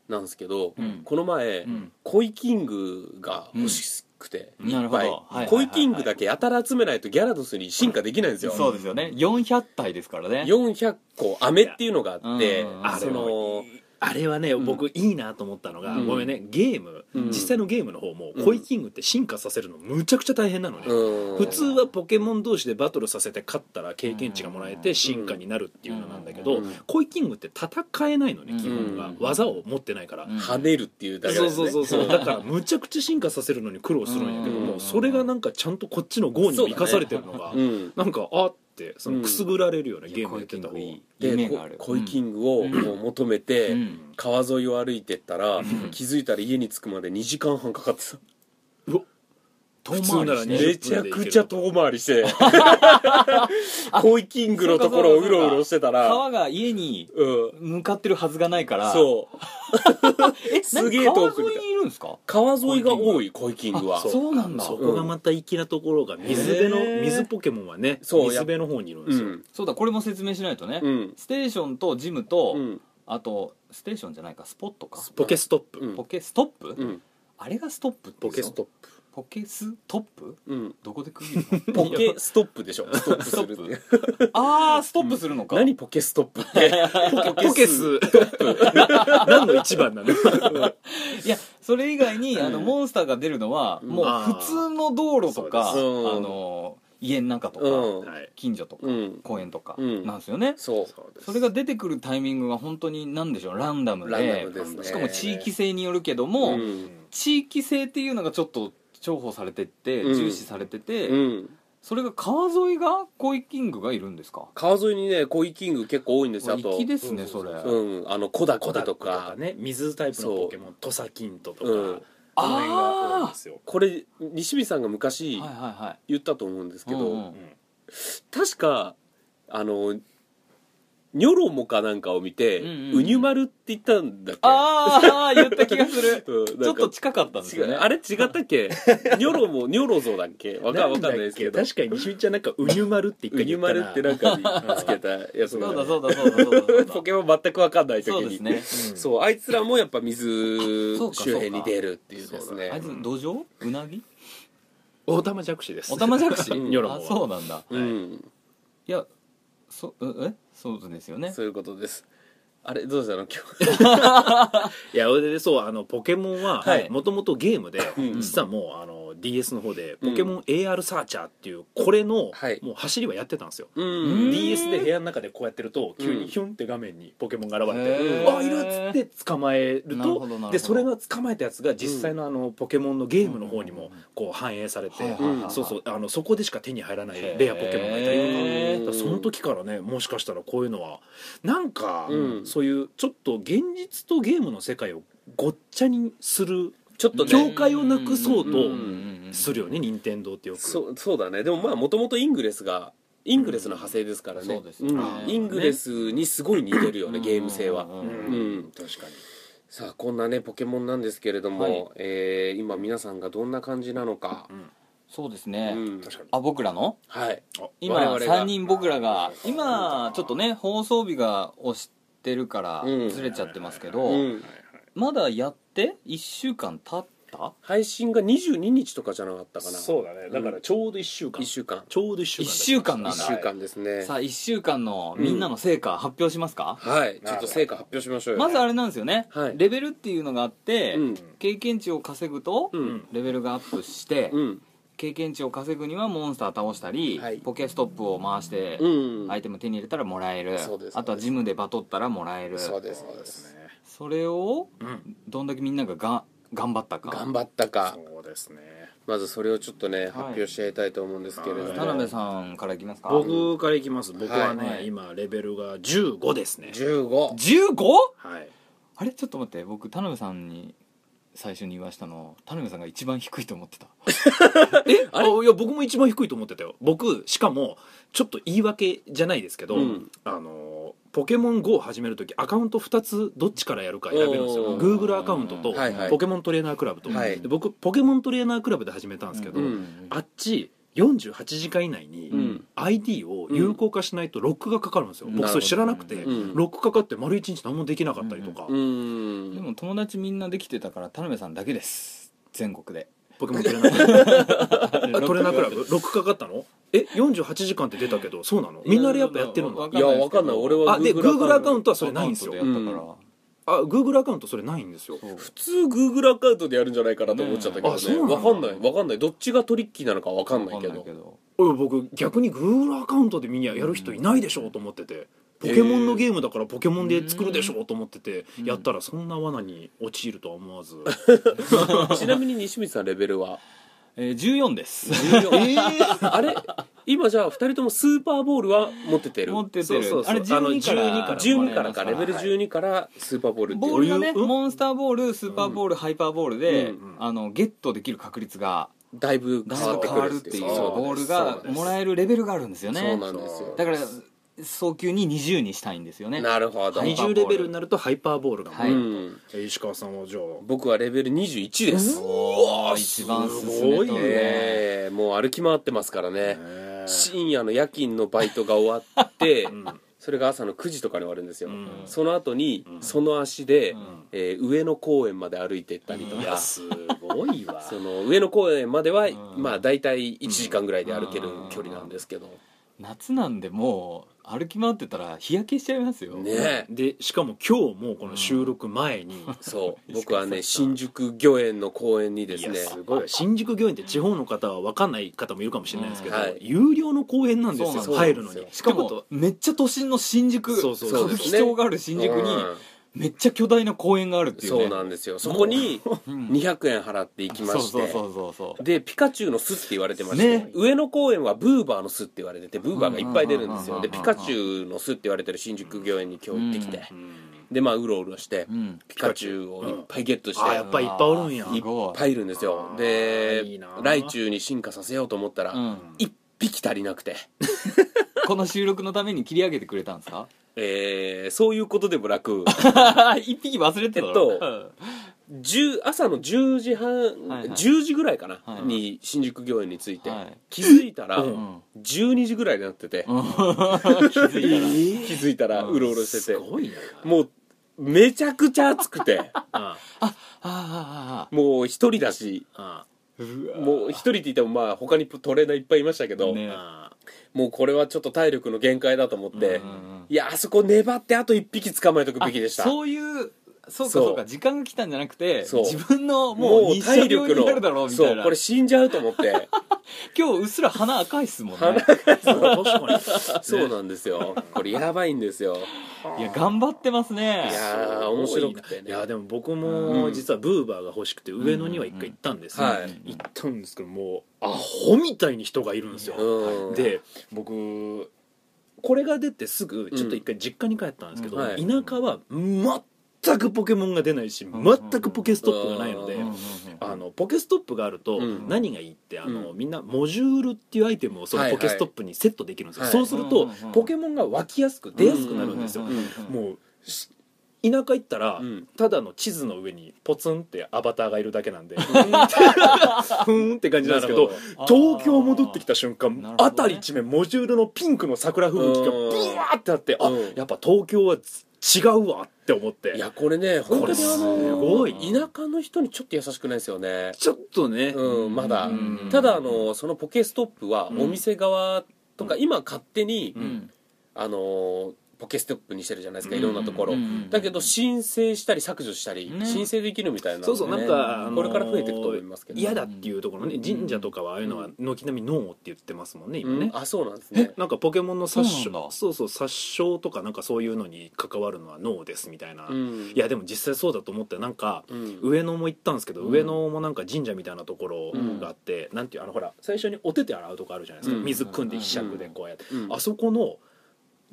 [SPEAKER 1] なんですけど、
[SPEAKER 3] うん
[SPEAKER 1] この前、
[SPEAKER 3] うん
[SPEAKER 1] コイキングが欲しくて、
[SPEAKER 3] うんなるほどはいはいはいはい
[SPEAKER 1] コイキングだけやたら集めないとギャラドスに進化できないんですよ
[SPEAKER 3] そうですよね400体ですからね
[SPEAKER 1] 400個飴っていうのがあって
[SPEAKER 3] うんあ
[SPEAKER 2] れ
[SPEAKER 1] その
[SPEAKER 2] あれはね僕いいなと思ったのが、
[SPEAKER 1] うん
[SPEAKER 2] ごめんねゲーム、
[SPEAKER 1] うん
[SPEAKER 2] 実際のゲームの方も
[SPEAKER 1] うん
[SPEAKER 2] コイキングって進化させるのむちゃくちゃ大変なのね、
[SPEAKER 1] うん
[SPEAKER 2] 普通はポケモン同士でバトルさせて勝ったら経験値がもらえて進化になるっていうのなんだけど、
[SPEAKER 1] うん
[SPEAKER 2] コイキングって戦えないのね基本が、
[SPEAKER 1] うん
[SPEAKER 2] 技を持ってないから、
[SPEAKER 3] うん
[SPEAKER 1] 跳ねるっていうだけなん
[SPEAKER 2] そう
[SPEAKER 1] です
[SPEAKER 2] そ
[SPEAKER 1] ね
[SPEAKER 2] うそうそうだからむちゃくちゃ進化させるのに苦労するんやけども、
[SPEAKER 1] うん
[SPEAKER 2] それがなんかちゃんとこっちの GO にも生かされてるのが、
[SPEAKER 1] うん
[SPEAKER 2] なんかあってそのくすぐられるようなゲー
[SPEAKER 3] コ
[SPEAKER 2] ムやっ
[SPEAKER 3] イキ
[SPEAKER 2] て
[SPEAKER 3] ン
[SPEAKER 2] た方
[SPEAKER 3] グ
[SPEAKER 2] が
[SPEAKER 3] いい
[SPEAKER 1] で
[SPEAKER 3] 夢
[SPEAKER 1] こ
[SPEAKER 3] がある
[SPEAKER 1] コイキングをもう求めて、
[SPEAKER 3] うん
[SPEAKER 1] 川沿いを歩いてったら、
[SPEAKER 3] ん
[SPEAKER 1] 気づいたら家に着くまで2時間半かかってた
[SPEAKER 3] 遠
[SPEAKER 2] 普通な
[SPEAKER 3] 回
[SPEAKER 2] ら
[SPEAKER 3] りして
[SPEAKER 2] 20
[SPEAKER 1] めちゃくちゃ遠回りして コイキングのところをうろうろしてたら
[SPEAKER 3] 川が家に
[SPEAKER 1] うん
[SPEAKER 3] 向かってるはずがないからう
[SPEAKER 1] そう
[SPEAKER 3] え
[SPEAKER 1] すげえ
[SPEAKER 3] 川
[SPEAKER 1] 遠く
[SPEAKER 3] 沿いにいるんですか
[SPEAKER 1] 川沿いが多いコイキングは
[SPEAKER 3] あそうなんだ
[SPEAKER 2] そこがまた粋なところが水辺
[SPEAKER 1] へ
[SPEAKER 2] の
[SPEAKER 1] ー
[SPEAKER 2] 水ポケモンはね
[SPEAKER 1] そう
[SPEAKER 2] 水辺の方にいるん
[SPEAKER 1] う
[SPEAKER 2] ですよ、
[SPEAKER 1] ん
[SPEAKER 3] そうだこれも説明しないとね、
[SPEAKER 1] うん
[SPEAKER 3] ステーションとジムと、
[SPEAKER 1] うん
[SPEAKER 3] あとステーションじゃないかスポットか
[SPEAKER 2] ポケストップ、
[SPEAKER 1] うん
[SPEAKER 3] ポケストップ、
[SPEAKER 1] うん
[SPEAKER 3] あれがストップって
[SPEAKER 2] ポ
[SPEAKER 3] 言うんで
[SPEAKER 2] ケ
[SPEAKER 3] す
[SPEAKER 2] ス
[SPEAKER 3] よ
[SPEAKER 2] トップ
[SPEAKER 3] ポケストップ
[SPEAKER 1] うん
[SPEAKER 3] どこで区切る
[SPEAKER 1] ポケストップでしょストップするっていう
[SPEAKER 3] のあーストップするのか
[SPEAKER 1] 何ポケストップって
[SPEAKER 2] ポケス 何の一番なの
[SPEAKER 3] いやそれ以外にあの
[SPEAKER 1] うん
[SPEAKER 3] モンスターが出るのは
[SPEAKER 1] うん
[SPEAKER 3] もう
[SPEAKER 2] あー
[SPEAKER 3] 普通の道路とかあ
[SPEAKER 1] そうですうん
[SPEAKER 3] の家の中と
[SPEAKER 1] う
[SPEAKER 3] か
[SPEAKER 1] ん
[SPEAKER 2] はい
[SPEAKER 3] 近所とか
[SPEAKER 1] うん
[SPEAKER 3] 公園とか
[SPEAKER 1] うん
[SPEAKER 3] なんですよね
[SPEAKER 1] そう
[SPEAKER 2] そうです
[SPEAKER 3] それが出てくるタイミングが本当に何でしょうランダム
[SPEAKER 1] ランダ
[SPEAKER 3] で
[SPEAKER 1] ムですね
[SPEAKER 3] しかも地域性によるけども、
[SPEAKER 1] うん
[SPEAKER 3] 地域性っていうのがちょっと重宝されてって、
[SPEAKER 1] うん
[SPEAKER 3] 重視されてて、
[SPEAKER 1] うん
[SPEAKER 3] それが川沿いがコイキングがいるんですか
[SPEAKER 1] 川沿いにねコイキング結構多いんですよあと
[SPEAKER 3] 粋ですねそれ
[SPEAKER 1] うんあのコダコ
[SPEAKER 2] コ
[SPEAKER 1] ダ
[SPEAKER 2] ダ
[SPEAKER 1] と
[SPEAKER 2] と
[SPEAKER 1] か
[SPEAKER 2] かね水タイプのポケモントサキントとか、
[SPEAKER 1] うん
[SPEAKER 2] この辺が多いんですよ、
[SPEAKER 1] これ西見さんが昔
[SPEAKER 3] はいはいはい
[SPEAKER 1] 言ったと思うんですけ
[SPEAKER 3] うんう
[SPEAKER 1] ど
[SPEAKER 3] ん
[SPEAKER 2] うん
[SPEAKER 1] 確かあのニョロモかなんかを見て
[SPEAKER 3] うんうんうん
[SPEAKER 1] ウニュマルって言ったんだっけ
[SPEAKER 3] ああ言った気がする
[SPEAKER 1] うん
[SPEAKER 3] ち
[SPEAKER 1] な
[SPEAKER 3] ょっ
[SPEAKER 1] んか
[SPEAKER 3] と近かったんです
[SPEAKER 1] 違
[SPEAKER 3] よね
[SPEAKER 1] うあれ違ったっ けニョロモニョロゾだっけわかわかんないですけど
[SPEAKER 2] んだっけ確かに西見ちゃんなんか「うにゅまる」って一
[SPEAKER 1] ウ
[SPEAKER 2] 回
[SPEAKER 1] ニ
[SPEAKER 2] 言
[SPEAKER 1] ュ
[SPEAKER 2] っ
[SPEAKER 1] マ
[SPEAKER 2] た
[SPEAKER 1] ル
[SPEAKER 2] な
[SPEAKER 1] ってなんかにつけたやつ
[SPEAKER 3] そ
[SPEAKER 1] な
[SPEAKER 3] うんだ
[SPEAKER 1] だ
[SPEAKER 3] そうだそうだそうだそうだ
[SPEAKER 1] ポケモン全くわかんない時
[SPEAKER 3] そう
[SPEAKER 1] に
[SPEAKER 3] ですね
[SPEAKER 2] うん
[SPEAKER 1] そうあいつらもやっぱ水
[SPEAKER 3] あそうかそうか
[SPEAKER 1] 周辺に出るっていうですね
[SPEAKER 3] あいつ土壌うなぎ
[SPEAKER 2] オタマジャクシです
[SPEAKER 3] おたまじゃくし
[SPEAKER 1] うん
[SPEAKER 2] ニョロモは
[SPEAKER 3] あそうなんだ
[SPEAKER 1] うん
[SPEAKER 3] いやそえそうですよね
[SPEAKER 1] そういうことですあれどうしたの今日
[SPEAKER 2] いや俺でそうあのポケモンは
[SPEAKER 3] はい
[SPEAKER 2] もともとゲームで、
[SPEAKER 1] うん
[SPEAKER 2] 実はもうあの DS の方で「ポケモン AR サーチャー」っていうこれの、
[SPEAKER 1] はい
[SPEAKER 2] もう走りはやってたんですよ、
[SPEAKER 1] う
[SPEAKER 3] うん
[SPEAKER 1] ん
[SPEAKER 2] DS で部屋の中でこうやってると急
[SPEAKER 1] うん
[SPEAKER 2] にヒュンって画面にポケモンが現れ
[SPEAKER 3] へ
[SPEAKER 2] て「
[SPEAKER 3] ー
[SPEAKER 2] あいる!」っつって捕まえる
[SPEAKER 3] なるほど
[SPEAKER 2] と
[SPEAKER 3] なるほど
[SPEAKER 2] でそれが捕まえたやつが実際のあのポケモンのゲームの方にもこう反映されて、
[SPEAKER 3] はいはいはいはい
[SPEAKER 2] そうそうあのそこでしか手に入らないレアポケモンがいたりとか。
[SPEAKER 3] へー
[SPEAKER 2] だからその時からねもしかしたらこういうのはなんか、
[SPEAKER 1] うん
[SPEAKER 2] そういうちょっと現実とゲームの世界をごっちゃにする
[SPEAKER 1] ちょっと
[SPEAKER 3] ね
[SPEAKER 2] 境界をなくそう
[SPEAKER 1] うんうん
[SPEAKER 2] とするよね任天堂ってよく
[SPEAKER 1] そうそうだねでもまあもともとイングレスがイングレスの派生ですからね、
[SPEAKER 3] うんそうですよね
[SPEAKER 1] んイングレスにすごい似てるよね、ゲーム性は、
[SPEAKER 3] うん
[SPEAKER 2] う
[SPEAKER 3] うん
[SPEAKER 2] ん、
[SPEAKER 3] うん
[SPEAKER 2] 確かに
[SPEAKER 1] さあこんなねポケモンなんですけれども、
[SPEAKER 3] はい
[SPEAKER 1] えー今皆さんがどんな感じなのか、
[SPEAKER 3] そうですね、
[SPEAKER 1] うん
[SPEAKER 2] 確かに
[SPEAKER 3] あ僕らの
[SPEAKER 1] はい
[SPEAKER 3] 今
[SPEAKER 1] 我々が
[SPEAKER 3] 3人僕らが今ちょっとね放送日が押してるから
[SPEAKER 1] うん
[SPEAKER 3] ずれちゃってますけ
[SPEAKER 1] う
[SPEAKER 3] ど
[SPEAKER 1] ん
[SPEAKER 3] まだやって1週間経った
[SPEAKER 1] 配信が22日とかじゃなかったかな
[SPEAKER 2] そうだねだからちょうど1週間、
[SPEAKER 1] 1週間
[SPEAKER 2] ちょうど1週
[SPEAKER 3] 1
[SPEAKER 2] 間
[SPEAKER 3] 週間な
[SPEAKER 1] 1
[SPEAKER 3] んだ
[SPEAKER 1] 週間ですね
[SPEAKER 3] さあ1週間のみんなの成果発表しますか、
[SPEAKER 1] はいちょっと成果発表しましょうよ
[SPEAKER 3] まずあれなんですよね、
[SPEAKER 1] はい
[SPEAKER 3] レベルっていうのがあって、
[SPEAKER 1] うん
[SPEAKER 3] 経験値を稼ぐと、
[SPEAKER 1] うん
[SPEAKER 3] レベルがアップして、
[SPEAKER 1] うん
[SPEAKER 3] 経験値を稼ぐにはモンスター倒したり、
[SPEAKER 1] はい
[SPEAKER 3] ポケストップを回して
[SPEAKER 1] うん
[SPEAKER 3] アイテム手に入れたらもらえる
[SPEAKER 1] そうです
[SPEAKER 3] あとはジムでバトったらもらえる
[SPEAKER 1] そうですそうです
[SPEAKER 3] それを
[SPEAKER 2] うん
[SPEAKER 3] どんだけみんながが頑張ったか
[SPEAKER 1] 頑張ったか
[SPEAKER 2] そうですね
[SPEAKER 1] まずそれをちょっとね発表し合いたいと思うんですけれども、
[SPEAKER 2] はい
[SPEAKER 3] 田辺さんからいきますか
[SPEAKER 2] 僕からいきます僕はね、
[SPEAKER 3] はい
[SPEAKER 2] 今レベルが15ですね
[SPEAKER 1] 15
[SPEAKER 3] 15?
[SPEAKER 2] はい
[SPEAKER 3] あれちょっと待って僕田辺さんに最初に言わしたの田辺さんが一番低いと思ってた
[SPEAKER 2] えあいや僕も一番低いと思ってたよ僕しかもちょっと言い訳じゃないですけど、
[SPEAKER 1] うん
[SPEAKER 2] あのポケモン GO を始める時アカウント2つどっちからやるか選べるんですよ
[SPEAKER 1] おー
[SPEAKER 2] Google アカウントと
[SPEAKER 1] はいはい
[SPEAKER 2] ポケモントレーナークラブと、
[SPEAKER 1] はい
[SPEAKER 2] で僕ポケモントレーナークラブで始めたんですけど、
[SPEAKER 1] うん
[SPEAKER 2] あっち48時間以内
[SPEAKER 1] う
[SPEAKER 2] に
[SPEAKER 1] ん
[SPEAKER 2] ID を有効化しないとロックがかかるんですよ、
[SPEAKER 3] うん
[SPEAKER 2] 僕それ知らなくて、
[SPEAKER 3] なる
[SPEAKER 1] ほどうん
[SPEAKER 2] ロックかかって丸1日何もできなかったりとか、
[SPEAKER 1] うん
[SPEAKER 3] でも友達みんなできてたから田辺さんだけです全国で
[SPEAKER 2] ポケモントレーナークラブトレーナークラ
[SPEAKER 3] ブ
[SPEAKER 2] ブロックかかったのえ48時間って出たけどそうなのみんなあれやっぱやってるの
[SPEAKER 3] わ
[SPEAKER 1] いやわかんない俺は
[SPEAKER 2] あで Google アカウントはそれないんですよ
[SPEAKER 3] アカウントでやったから、
[SPEAKER 2] あ Google アカウントそれないんですよ
[SPEAKER 3] そう
[SPEAKER 1] 普通 Google アカウントでやるんじゃないかなと思っちゃったけど
[SPEAKER 2] ねえあそう
[SPEAKER 1] ね
[SPEAKER 2] なんだ
[SPEAKER 1] わかんないわかんないどっちがトリッキーなのかわかんないけ
[SPEAKER 3] わ
[SPEAKER 1] ど
[SPEAKER 3] かんど
[SPEAKER 2] おい僕逆に Google アカウントでみんなやる人いないでしょうと思っててポケモンのゲームだからポケモンで作るでしょうと思ってて
[SPEAKER 3] うん
[SPEAKER 2] やったらそんな罠に陥るとは思わず
[SPEAKER 1] ちなみに西光さんレベルは
[SPEAKER 3] えー、14です
[SPEAKER 1] あれ今じゃあ2人ともスーパーボールは持っててる
[SPEAKER 3] 持っててる
[SPEAKER 2] そうそうそ
[SPEAKER 3] あ
[SPEAKER 2] う
[SPEAKER 3] れ12から
[SPEAKER 2] あの12から
[SPEAKER 1] 12からかレベル
[SPEAKER 3] はい
[SPEAKER 1] 12からスーパーボールっていう
[SPEAKER 3] ボールがね
[SPEAKER 2] どういううん
[SPEAKER 3] モンスターボールスーパーボール、ハイパーボールで、
[SPEAKER 1] うん
[SPEAKER 2] うん
[SPEAKER 3] あのゲットできる確率が
[SPEAKER 1] だいぶ変
[SPEAKER 3] だ
[SPEAKER 1] わ
[SPEAKER 3] い
[SPEAKER 1] っ
[SPEAKER 3] ぶ
[SPEAKER 1] て
[SPEAKER 3] 変
[SPEAKER 1] く
[SPEAKER 3] わ
[SPEAKER 1] る
[SPEAKER 3] る
[SPEAKER 1] っ
[SPEAKER 3] って
[SPEAKER 1] て
[SPEAKER 3] い
[SPEAKER 1] いうう
[SPEAKER 3] ボールがもらえるレベルがあるんですよね
[SPEAKER 1] そうなんですよ
[SPEAKER 3] だから早急に20にしたいんですよね
[SPEAKER 1] なるほど、
[SPEAKER 3] はい
[SPEAKER 2] 20レベルになるとハイパーボールがもらえ
[SPEAKER 1] う
[SPEAKER 2] る
[SPEAKER 1] ん、
[SPEAKER 2] え石川さんはじゃあ
[SPEAKER 1] 僕はレベル21です
[SPEAKER 3] おー一番進めとる
[SPEAKER 2] すごい
[SPEAKER 3] ね
[SPEAKER 1] ええもう歩き回ってますからね
[SPEAKER 2] ね
[SPEAKER 1] 深夜の夜勤のバイトが終わって、
[SPEAKER 2] うん
[SPEAKER 1] それが朝の9時とかに終わるんですよ、
[SPEAKER 2] うん
[SPEAKER 1] その後に
[SPEAKER 2] うん
[SPEAKER 1] その足で、
[SPEAKER 3] うん
[SPEAKER 1] えー上野公園まで歩いてったりと
[SPEAKER 2] い
[SPEAKER 1] か、
[SPEAKER 2] やすごい わ
[SPEAKER 1] その上野公園までは、
[SPEAKER 3] うん
[SPEAKER 1] まあ大体1時間ぐらいで歩ける距離なんですけど、
[SPEAKER 3] 夏なんでもう歩き回ってたら日焼けしちゃいますよ
[SPEAKER 1] ね
[SPEAKER 2] でしかも今日もこの収録前に
[SPEAKER 1] そう僕は ね新宿御苑の公園にで
[SPEAKER 2] い
[SPEAKER 1] す
[SPEAKER 2] や
[SPEAKER 1] ね
[SPEAKER 2] すごいわ新宿御苑って地方の方は分かんない方もいるかもしれないですけど、
[SPEAKER 1] うんはい
[SPEAKER 2] 有料の公園なんですよ
[SPEAKER 3] そう
[SPEAKER 1] なん
[SPEAKER 2] 入
[SPEAKER 1] です
[SPEAKER 2] る
[SPEAKER 1] よ
[SPEAKER 2] のに
[SPEAKER 3] しか
[SPEAKER 2] ってこ
[SPEAKER 3] も
[SPEAKER 2] と
[SPEAKER 3] めっちゃ都心の新宿
[SPEAKER 2] そうそうそう
[SPEAKER 3] 歌舞伎町がある新宿に
[SPEAKER 1] うん
[SPEAKER 3] めっちゃ巨大な公園があるっていうね
[SPEAKER 1] そうなんですよそこに
[SPEAKER 3] うん
[SPEAKER 1] 200円払って行きまして
[SPEAKER 3] そうそうそうそう
[SPEAKER 1] でピカチュウの巣って言われてまして、
[SPEAKER 3] ね
[SPEAKER 1] 上野公園はブーバーの巣って言われててブーバーがいっぱい出るんです
[SPEAKER 3] う
[SPEAKER 1] よ
[SPEAKER 3] ん
[SPEAKER 1] でピカチュウの巣って言われてる新宿御苑に今日行ってきて、
[SPEAKER 2] うん
[SPEAKER 1] でまあうろうろして、
[SPEAKER 3] うん
[SPEAKER 1] ピカチュウをいっぱいゲットして、
[SPEAKER 2] あやっぱりいっぱいおるんや
[SPEAKER 3] うわ
[SPEAKER 1] い
[SPEAKER 3] す
[SPEAKER 1] っ
[SPEAKER 3] ご
[SPEAKER 1] ぱいいるんですよ
[SPEAKER 2] あー
[SPEAKER 1] で
[SPEAKER 2] いいな
[SPEAKER 1] ライチュウに進化させようと思ったら、
[SPEAKER 3] うん
[SPEAKER 1] 一匹足りなくて、
[SPEAKER 3] この収録のために切り上げてくれたんです か
[SPEAKER 1] えーそういうことでもなく
[SPEAKER 3] 一匹忘れてた
[SPEAKER 1] えっと10朝の10時半、
[SPEAKER 3] はいはい
[SPEAKER 1] 10時ぐらいかな、
[SPEAKER 3] はい
[SPEAKER 1] に新宿御苑に着いて、
[SPEAKER 3] はい
[SPEAKER 1] 気づいたら、
[SPEAKER 2] うん
[SPEAKER 3] うん
[SPEAKER 1] 12時ぐらいになってて、
[SPEAKER 3] うん気づ いたら
[SPEAKER 1] 気づいたら
[SPEAKER 3] うん
[SPEAKER 1] うろうろしてて、
[SPEAKER 2] す ごいね
[SPEAKER 1] もうめちゃくちゃ暑 くて
[SPEAKER 2] あ
[SPEAKER 3] あああああ
[SPEAKER 1] もう一人だし
[SPEAKER 2] あ
[SPEAKER 3] あうわ
[SPEAKER 1] もう一人って言ってもまあ他にトレーナーいっぱいいましたけど、
[SPEAKER 3] ね
[SPEAKER 2] あ
[SPEAKER 1] もうこれはちょっと体力の限界だと思って、
[SPEAKER 3] うんうんうん
[SPEAKER 1] いやあそこ粘ってあと一匹捕まえとくべきでした
[SPEAKER 3] あそういうそうか
[SPEAKER 1] そう
[SPEAKER 3] そうか時間が来たんじゃなくて
[SPEAKER 1] そう
[SPEAKER 3] 自分のもう日射量になるだろうみたい
[SPEAKER 1] そう
[SPEAKER 3] な
[SPEAKER 1] これ死んじゃうと思って
[SPEAKER 3] 今日うっすら鼻赤いっすもんね
[SPEAKER 2] 確かに
[SPEAKER 1] そうなんですよこれやばいんで すよ
[SPEAKER 3] いや頑張ってますね
[SPEAKER 1] いやー面白くてね
[SPEAKER 2] いやでも僕
[SPEAKER 1] う
[SPEAKER 2] も
[SPEAKER 1] ん
[SPEAKER 2] 実はブーバーが欲しくて上野には一回行ったんですよ、
[SPEAKER 1] うんはい
[SPEAKER 2] 行ったんですけどもうアホみたいに人がいるんですよ、
[SPEAKER 1] うん
[SPEAKER 2] で僕これが出てすぐちょっと一回実家に帰ったんですけど、
[SPEAKER 1] うんはい
[SPEAKER 2] 田舎は全くポケモンが出ないし
[SPEAKER 3] ん
[SPEAKER 2] 全くポケストップがないので、
[SPEAKER 1] うん
[SPEAKER 2] あのポケストップがあると
[SPEAKER 1] うん
[SPEAKER 2] 何がいいってあの、
[SPEAKER 1] う
[SPEAKER 2] みんなモジュールっていうアイテムをそのポケストップにセットできるんですよ、
[SPEAKER 1] はい
[SPEAKER 2] そうすると
[SPEAKER 3] うん
[SPEAKER 2] ポケモンが湧きやすく出やすくなるんですよ、
[SPEAKER 1] ん
[SPEAKER 3] も
[SPEAKER 2] もうし田舎行ったら、
[SPEAKER 1] うん
[SPEAKER 2] ただの地図の上にポツンってアバターがいるだけなんで ふーんって感じなんですけど
[SPEAKER 1] なる
[SPEAKER 3] ほど
[SPEAKER 2] 東京戻ってきた瞬間、
[SPEAKER 3] なるほどね
[SPEAKER 2] 辺り一面モジュールのピンクの桜吹雪がブワーってあって、あ
[SPEAKER 1] うん
[SPEAKER 2] やっぱ東京は違うわって思って
[SPEAKER 1] いやこれね本当
[SPEAKER 2] これ
[SPEAKER 1] にあ
[SPEAKER 2] す
[SPEAKER 1] の
[SPEAKER 2] ごい
[SPEAKER 1] 田舎の人にちょっと優しくないですよね
[SPEAKER 2] ちょっとね、
[SPEAKER 1] うんまだ
[SPEAKER 3] うん
[SPEAKER 1] ただあのそのポケストップは
[SPEAKER 2] うん
[SPEAKER 1] お店側とか今勝手に
[SPEAKER 2] うん
[SPEAKER 1] あのポケステップにしてるじゃないですか
[SPEAKER 2] うん
[SPEAKER 1] いろんなところ、
[SPEAKER 3] うんうんうん
[SPEAKER 1] だけど申請したり削除したり、
[SPEAKER 3] ね
[SPEAKER 1] 申請できるみたいなのね、
[SPEAKER 2] そうそうなんか、あのー
[SPEAKER 1] これから増えていくと思いますけど
[SPEAKER 2] 嫌だっていうところね神社とかはああいうのは
[SPEAKER 1] う
[SPEAKER 2] 軒並みノーって言ってますもんね今
[SPEAKER 1] う
[SPEAKER 2] ね
[SPEAKER 1] ん、あそうなん ですね
[SPEAKER 2] なんかポケモンの殺傷
[SPEAKER 3] そうなんだ
[SPEAKER 2] そうそう殺傷とかなんかそういうのに関わるのはノーですみたいな、い
[SPEAKER 1] ん
[SPEAKER 2] やでも実際そうだと思ってなんか
[SPEAKER 1] うん
[SPEAKER 2] 上野も行ったんですけど、
[SPEAKER 3] うん
[SPEAKER 2] 上野もなんか神社みたいなところがあって、なんていうあのほら最初にお手手洗うとこあるじゃないですか、
[SPEAKER 1] うん
[SPEAKER 2] 水汲んで一尺でこうやって、
[SPEAKER 1] うん
[SPEAKER 2] あそこの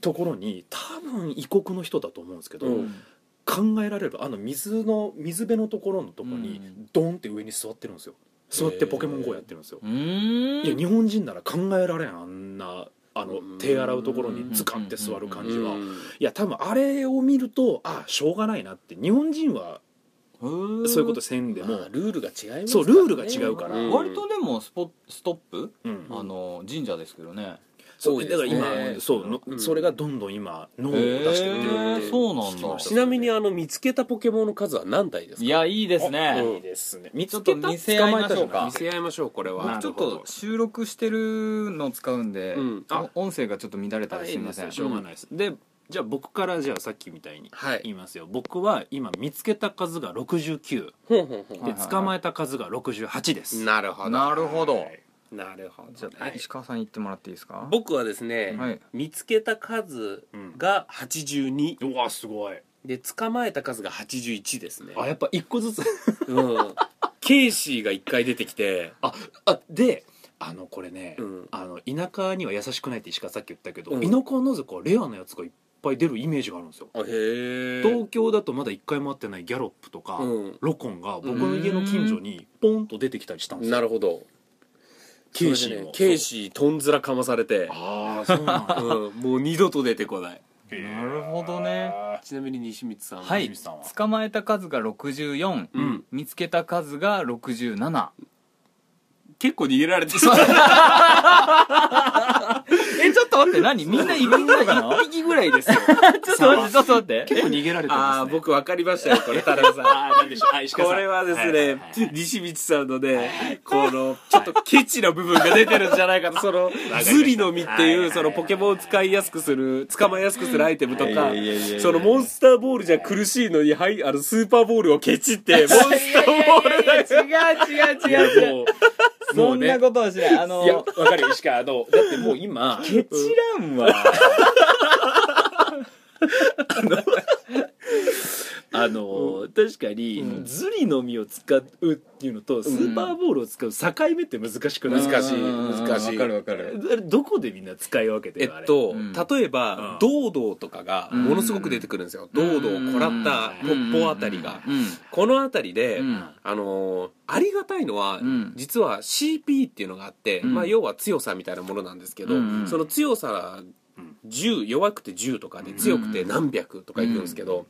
[SPEAKER 2] ところに多分異国の人だと思うんですけど、
[SPEAKER 1] うん
[SPEAKER 2] 考えられるあの水の水辺のところのところに
[SPEAKER 3] うん
[SPEAKER 2] ドンって上に座ってるんですよ座ってポケモン GO やってるんですよ、
[SPEAKER 3] うーん
[SPEAKER 2] いや日本人なら考えられんあんなあの
[SPEAKER 1] うん
[SPEAKER 2] 手洗うところにズカンって座る感じは、
[SPEAKER 1] う
[SPEAKER 2] い
[SPEAKER 1] ん
[SPEAKER 2] や多分あれを見るとあしょうがないなって日本人は
[SPEAKER 3] へー
[SPEAKER 2] そういうことせんでも、
[SPEAKER 1] まあルールが違います
[SPEAKER 2] そ
[SPEAKER 1] か
[SPEAKER 2] う
[SPEAKER 1] らね
[SPEAKER 2] ルールが違うから、
[SPEAKER 1] うん
[SPEAKER 3] 割とでもスポストップ、
[SPEAKER 2] うん
[SPEAKER 3] あの神社ですけどね
[SPEAKER 2] そ
[SPEAKER 1] 多
[SPEAKER 2] う
[SPEAKER 1] い
[SPEAKER 2] だ
[SPEAKER 1] です
[SPEAKER 2] から
[SPEAKER 1] ね
[SPEAKER 2] 今、そうの、
[SPEAKER 1] うん
[SPEAKER 2] それがどんどん今脳を出してくれるって
[SPEAKER 1] へー
[SPEAKER 3] そうなんだ
[SPEAKER 2] 聞きました
[SPEAKER 1] ちなみにあの見つけたポケモンの数は何体ですか
[SPEAKER 3] いやいいです
[SPEAKER 2] あ
[SPEAKER 3] ね
[SPEAKER 2] いいですね見つ
[SPEAKER 3] ち
[SPEAKER 2] けた
[SPEAKER 3] ょっと見せ合いましょうか
[SPEAKER 2] 捕まえたじゃない
[SPEAKER 3] 見
[SPEAKER 1] 合いましょうこれ
[SPEAKER 2] な
[SPEAKER 3] 僕ちょっと収録してるの使うんで、
[SPEAKER 1] うん
[SPEAKER 2] あ
[SPEAKER 3] お音声がちょっと乱れたらすいません
[SPEAKER 2] 大変ですよしょうがないです、でじゃあ僕からじゃあさっきみたいに
[SPEAKER 1] はい
[SPEAKER 2] 言いますよ僕は今見つけた数が69
[SPEAKER 1] ほんほんほん
[SPEAKER 3] はいはい
[SPEAKER 2] で
[SPEAKER 3] はい
[SPEAKER 2] 捕まえた数が68です、
[SPEAKER 1] なるほど
[SPEAKER 3] なるほど、
[SPEAKER 1] なるほど
[SPEAKER 3] じゃあ、
[SPEAKER 1] はい
[SPEAKER 3] 石川さん言ってもらっていいですか
[SPEAKER 1] 僕はですね、
[SPEAKER 3] はい
[SPEAKER 1] 見つけた数が82、
[SPEAKER 2] うわすごい
[SPEAKER 1] で捕まえた数が81ですね
[SPEAKER 2] あやっぱ一個ずつ
[SPEAKER 1] うんケイシーが1回出てきて
[SPEAKER 2] あであのこれね、
[SPEAKER 1] うん
[SPEAKER 2] あの田舎には優しくないって石川さっき言ったけど、
[SPEAKER 1] うん
[SPEAKER 2] 田舎のずこレアなやつがいっぱい出るイメージがあるんですよ
[SPEAKER 1] あへえ
[SPEAKER 2] 東京だとまだ一回も会ってないギャロップとか、
[SPEAKER 1] うん
[SPEAKER 2] ロコンが僕の家の近所にポンと出てきたりしたんですよ
[SPEAKER 1] なるほど
[SPEAKER 2] ケイシ
[SPEAKER 1] そ
[SPEAKER 2] ーも
[SPEAKER 1] れでねケイシーとんずらかまされて、
[SPEAKER 2] ああそうなん
[SPEAKER 1] う
[SPEAKER 2] だ
[SPEAKER 1] ん、もう二度と出てこない
[SPEAKER 3] なるほどね
[SPEAKER 1] ちなみに西光さんは
[SPEAKER 3] はい
[SPEAKER 2] 泉さんは
[SPEAKER 3] 捕まえた数が64、
[SPEAKER 1] うん
[SPEAKER 3] 見つけた数が67
[SPEAKER 1] 結構逃げられてしまう
[SPEAKER 3] えちょっと待って何みんなみんな1匹ぐらいですよ ちょっと待ってちょっと待 って
[SPEAKER 2] 結構逃げられて
[SPEAKER 1] あ
[SPEAKER 2] ま
[SPEAKER 1] あ
[SPEAKER 2] すね
[SPEAKER 1] 僕分かりましたよ これ田辺さん
[SPEAKER 2] あーなんでしょうあ石川さ
[SPEAKER 1] こ
[SPEAKER 2] ん
[SPEAKER 1] れはですね、
[SPEAKER 2] いいい
[SPEAKER 1] 西光さんのね、このちょっとケチな部分が出てるんじゃないかとその
[SPEAKER 2] ました
[SPEAKER 1] ズリの実って
[SPEAKER 2] はいはい
[SPEAKER 1] い
[SPEAKER 2] は
[SPEAKER 1] う
[SPEAKER 2] い
[SPEAKER 1] そのポケモンを使いやすくする捕まえやすくするアイテムと
[SPEAKER 3] い
[SPEAKER 1] か
[SPEAKER 3] やいやいやいや
[SPEAKER 1] そのモンスターボールじゃ苦しいのに、はい、あのスーパーボールをケチってモンスターボールだけ
[SPEAKER 3] 違う違う違う違う
[SPEAKER 2] も
[SPEAKER 3] そ
[SPEAKER 2] うもうんね
[SPEAKER 3] なことはしないあ
[SPEAKER 2] いやわ
[SPEAKER 3] の
[SPEAKER 2] かるよ石川あのだってもう今
[SPEAKER 3] ケチらんわ
[SPEAKER 2] あの確かにズリの実を使うっていうのとスーパーボールを使う境目って難しくない
[SPEAKER 1] 難しい
[SPEAKER 3] うん
[SPEAKER 1] 難しい
[SPEAKER 3] わかるわかる
[SPEAKER 2] あれどこでみんな使い分けて
[SPEAKER 1] え
[SPEAKER 2] るあれ
[SPEAKER 1] っと、
[SPEAKER 3] うん
[SPEAKER 1] 例えば、
[SPEAKER 2] うん
[SPEAKER 1] 堂々とかが
[SPEAKER 3] うん
[SPEAKER 1] ものすごく出てくるんですよ。堂々、こらった、ポッポあたり
[SPEAKER 3] う
[SPEAKER 1] が。このあたりで、
[SPEAKER 3] ん
[SPEAKER 1] あのーありがたいのは、
[SPEAKER 3] うん
[SPEAKER 1] 実は CP っていうのがあって、
[SPEAKER 3] うん
[SPEAKER 1] まあ要は強さみたいなものなんですけど、
[SPEAKER 3] うんうん
[SPEAKER 1] その強さ10弱くて10とかで
[SPEAKER 2] うん
[SPEAKER 1] 強くて何百とかいくんですけど、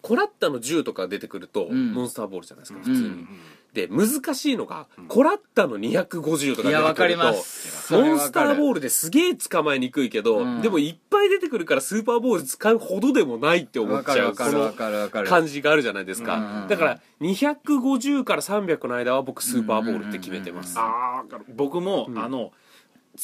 [SPEAKER 1] コラッタの10とか出てくると、
[SPEAKER 3] うん
[SPEAKER 1] モンスターボールじゃないですか
[SPEAKER 2] うん
[SPEAKER 1] 普通に、で難しいのが、コラッタの250と
[SPEAKER 3] いやわ
[SPEAKER 1] か出て
[SPEAKER 3] かり
[SPEAKER 1] くると
[SPEAKER 3] ます
[SPEAKER 1] モンスターボ
[SPEAKER 3] ー
[SPEAKER 1] ールですげえ捕まえにくいけど、
[SPEAKER 3] うん
[SPEAKER 1] でもいっぱい出てくるからスーパーボール使うほどでもないって思っ
[SPEAKER 3] わ
[SPEAKER 1] ち
[SPEAKER 3] かる
[SPEAKER 1] ゃ
[SPEAKER 3] わ
[SPEAKER 1] う
[SPEAKER 3] かるわかるわか
[SPEAKER 1] この
[SPEAKER 3] る
[SPEAKER 1] 感じがあるじゃないです
[SPEAKER 3] うんうんう
[SPEAKER 1] か
[SPEAKER 3] ん
[SPEAKER 1] だから250から300の間は僕スーパーボールって決めてます、
[SPEAKER 2] あーわかる僕も、
[SPEAKER 1] うん
[SPEAKER 2] あの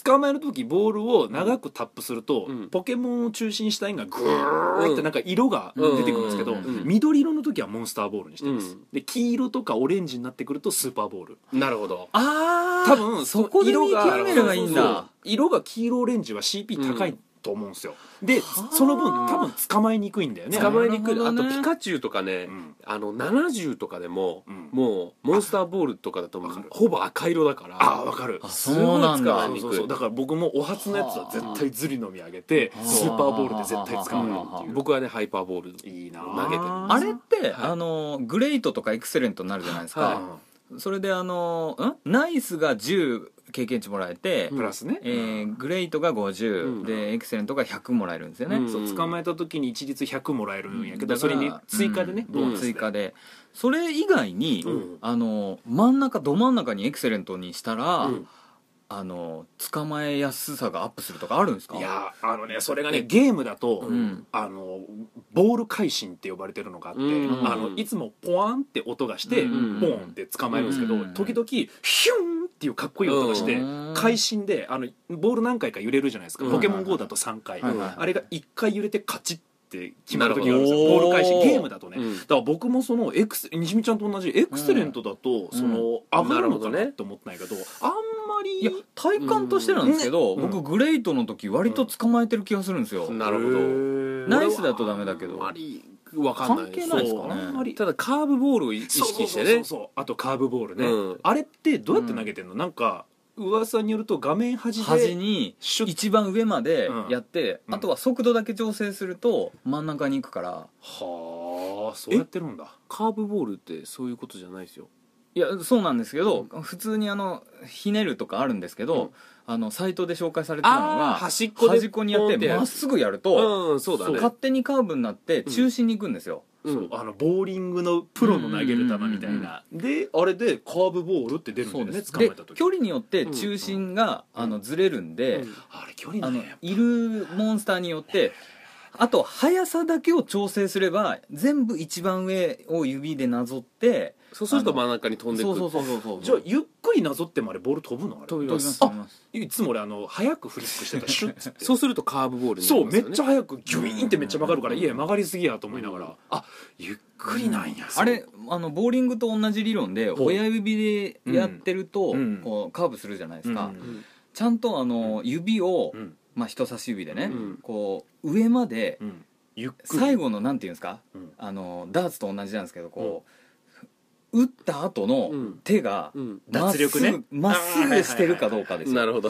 [SPEAKER 2] 捕まえる時ボールを長くタップすると、
[SPEAKER 1] うん
[SPEAKER 2] ポケモンを中心した円がグーってなんか色が
[SPEAKER 1] うん
[SPEAKER 2] 出てくるんですけど、
[SPEAKER 1] うんうん
[SPEAKER 2] 緑色の時はモンスターボールにしてます、
[SPEAKER 1] うん
[SPEAKER 2] で黄色とかオレンジになってくるとスーパーボール
[SPEAKER 1] なるほど
[SPEAKER 3] あ
[SPEAKER 2] 多分
[SPEAKER 3] そこで見
[SPEAKER 2] 色
[SPEAKER 3] 極
[SPEAKER 2] が
[SPEAKER 3] めればいいん
[SPEAKER 2] そうそうそう
[SPEAKER 3] だ
[SPEAKER 2] 色が黄色オレンジは CP 高
[SPEAKER 1] う
[SPEAKER 2] いと思うんですよ、でその分多分捕まえにくいんだよね
[SPEAKER 1] 捕まえにくい、
[SPEAKER 3] なる
[SPEAKER 1] あ
[SPEAKER 3] ほど
[SPEAKER 1] と
[SPEAKER 3] ね
[SPEAKER 1] ピカチュウとかね、
[SPEAKER 2] うん
[SPEAKER 1] あの70とかでも、
[SPEAKER 2] うん
[SPEAKER 1] もうモンスターボールとかだともうほぼ赤色だから
[SPEAKER 2] ああわかる
[SPEAKER 3] あそうなんだ
[SPEAKER 1] すご
[SPEAKER 2] そう
[SPEAKER 1] い使いう
[SPEAKER 2] そ
[SPEAKER 1] に
[SPEAKER 2] そ
[SPEAKER 1] く
[SPEAKER 2] う
[SPEAKER 1] い
[SPEAKER 2] だから僕もお初のやつは絶対ズリのみ上げて
[SPEAKER 3] はあ
[SPEAKER 2] スーパーボールで絶対使わないっていう
[SPEAKER 3] ら
[SPEAKER 1] 僕はねハイパーボール
[SPEAKER 2] いいな
[SPEAKER 1] 投げてる
[SPEAKER 3] あれって、
[SPEAKER 1] はい
[SPEAKER 3] あのグレートとかエクセレントになるじゃないですか、
[SPEAKER 1] は
[SPEAKER 3] それであのんナイスが10経験値もらえて、
[SPEAKER 1] うん
[SPEAKER 2] プラスね、
[SPEAKER 3] えーグレートが50、
[SPEAKER 1] うん
[SPEAKER 3] でエクセレントが100もらえるんですよね、
[SPEAKER 1] うん
[SPEAKER 2] そう捕まえた時に一律100もらえるんやけど、
[SPEAKER 3] だ
[SPEAKER 2] そ
[SPEAKER 3] から
[SPEAKER 2] れに追加でね、
[SPEAKER 1] うん
[SPEAKER 2] ボーナス
[SPEAKER 3] 追加でそれ以外に、
[SPEAKER 2] うん
[SPEAKER 3] あの真ん中ど真ん中にエクセレントにしたら、
[SPEAKER 1] うん
[SPEAKER 3] あの捕まえやすさがアップするとかあるんですか
[SPEAKER 2] いやーあのねそれがねゲームだと、
[SPEAKER 3] うん
[SPEAKER 2] あのボール回心って呼ばれてるのがあって、
[SPEAKER 1] うん
[SPEAKER 2] あのいつもポワンって音がして、
[SPEAKER 3] うん
[SPEAKER 2] ボーンって捕まえるんですけど、
[SPEAKER 3] うん
[SPEAKER 2] 時々ヒュンっっていうかっこいい音がして
[SPEAKER 3] うん
[SPEAKER 2] 会心であのボール何回か揺れるじゃないですか
[SPEAKER 1] うん
[SPEAKER 2] ポケモン GO だと3回、
[SPEAKER 3] はいはい
[SPEAKER 2] あれが1回揺れてカチッって決まる時があ
[SPEAKER 1] な
[SPEAKER 2] る
[SPEAKER 1] る
[SPEAKER 2] ん
[SPEAKER 1] ほ
[SPEAKER 2] で
[SPEAKER 1] ど
[SPEAKER 2] すよボール返しゲームだとね、
[SPEAKER 1] うん
[SPEAKER 2] だから僕もそのエクス西見ちゃんと同じエクセレントだとその上がるのかなって思ってないけどあんまり
[SPEAKER 3] いや体感としてなんですけど、
[SPEAKER 1] うん
[SPEAKER 3] 僕グレイトの時割と捕まえてる気がするんですよ、
[SPEAKER 1] なるほど
[SPEAKER 3] ナイスだとダメだけど
[SPEAKER 1] あんまりわかんない
[SPEAKER 3] 関係ないですか
[SPEAKER 2] そうあんま
[SPEAKER 3] ね
[SPEAKER 2] り
[SPEAKER 1] ただカーブボールを意識して
[SPEAKER 2] そうそう
[SPEAKER 1] ね
[SPEAKER 2] そうそうあとカーブボールね、
[SPEAKER 1] うん
[SPEAKER 2] あれってどうやって投げてんの、なんか噂によると画面端で
[SPEAKER 3] 端に
[SPEAKER 2] シュッ
[SPEAKER 3] 一番上までやって、
[SPEAKER 2] うん
[SPEAKER 3] あとは速度だけ調整すると真ん中に行くから
[SPEAKER 2] はあそうやってるんだ
[SPEAKER 1] カーブボールってそういうことじゃないですよ
[SPEAKER 3] いやそうなんですけど、普通にあのひねるとかあるんですけど、
[SPEAKER 1] うん
[SPEAKER 3] あのサイトで紹介されてたの
[SPEAKER 1] ああ
[SPEAKER 3] が
[SPEAKER 1] 端っこで
[SPEAKER 3] 端っこにやってまっすぐやると、
[SPEAKER 1] うんそうだね
[SPEAKER 3] 勝手にカーブになって中心に行くんですよ、
[SPEAKER 1] うん
[SPEAKER 2] そうあのボーリングのプロの投げる球みたいな、であれでカーブボールって出るんだよね捕まえ
[SPEAKER 3] で
[SPEAKER 2] た時
[SPEAKER 3] 距離によって中心が、
[SPEAKER 1] うん
[SPEAKER 3] あのずれるんで、
[SPEAKER 1] うん
[SPEAKER 2] あれ距離
[SPEAKER 3] あ
[SPEAKER 2] なん
[SPEAKER 3] の
[SPEAKER 2] ややっぱ
[SPEAKER 3] いるモンスターによってあと速さだけを調整すれば全部一番上を指でなぞって
[SPEAKER 1] そうすると真ん中に飛んでく
[SPEAKER 3] そうそう
[SPEAKER 1] る
[SPEAKER 3] そうそうそう
[SPEAKER 2] じゃあゆっくりなぞってもあれボール飛ぶのあれ
[SPEAKER 1] 飛び
[SPEAKER 3] 飛び
[SPEAKER 1] ま
[SPEAKER 3] ますす飛びます
[SPEAKER 2] いつも俺あの早くフリップしてたシュッつって
[SPEAKER 1] そうするとカーブボールにな
[SPEAKER 2] そう
[SPEAKER 1] ります
[SPEAKER 2] め
[SPEAKER 1] よ
[SPEAKER 2] っ
[SPEAKER 1] ね
[SPEAKER 2] ちゃ早くギュイーンってめっちゃ曲がるから、
[SPEAKER 3] うん
[SPEAKER 2] いや曲がりすぎやと思いながら、
[SPEAKER 1] うん
[SPEAKER 2] あゆっくりなんや、
[SPEAKER 3] あれあのボーリングと同じ理論で
[SPEAKER 2] ほう
[SPEAKER 3] 親指でやってると、
[SPEAKER 2] うん
[SPEAKER 3] こうカーブするじゃないですか、
[SPEAKER 2] うん
[SPEAKER 1] うん
[SPEAKER 3] ちゃんとあの指を、
[SPEAKER 2] うん
[SPEAKER 3] まあ、人差し指でね、
[SPEAKER 1] うん
[SPEAKER 3] こう上まで
[SPEAKER 2] うん、ゆっくり
[SPEAKER 3] 最後のなんていうんですか、
[SPEAKER 2] うん
[SPEAKER 3] あのダーツと同じなんですけどこう、打った後の
[SPEAKER 1] うん
[SPEAKER 3] 手が
[SPEAKER 1] うん
[SPEAKER 3] まっす
[SPEAKER 2] 脱
[SPEAKER 3] ぐ
[SPEAKER 2] 力ね
[SPEAKER 3] まっすぐしてるかどうかです
[SPEAKER 1] な
[SPEAKER 3] よ
[SPEAKER 1] るほど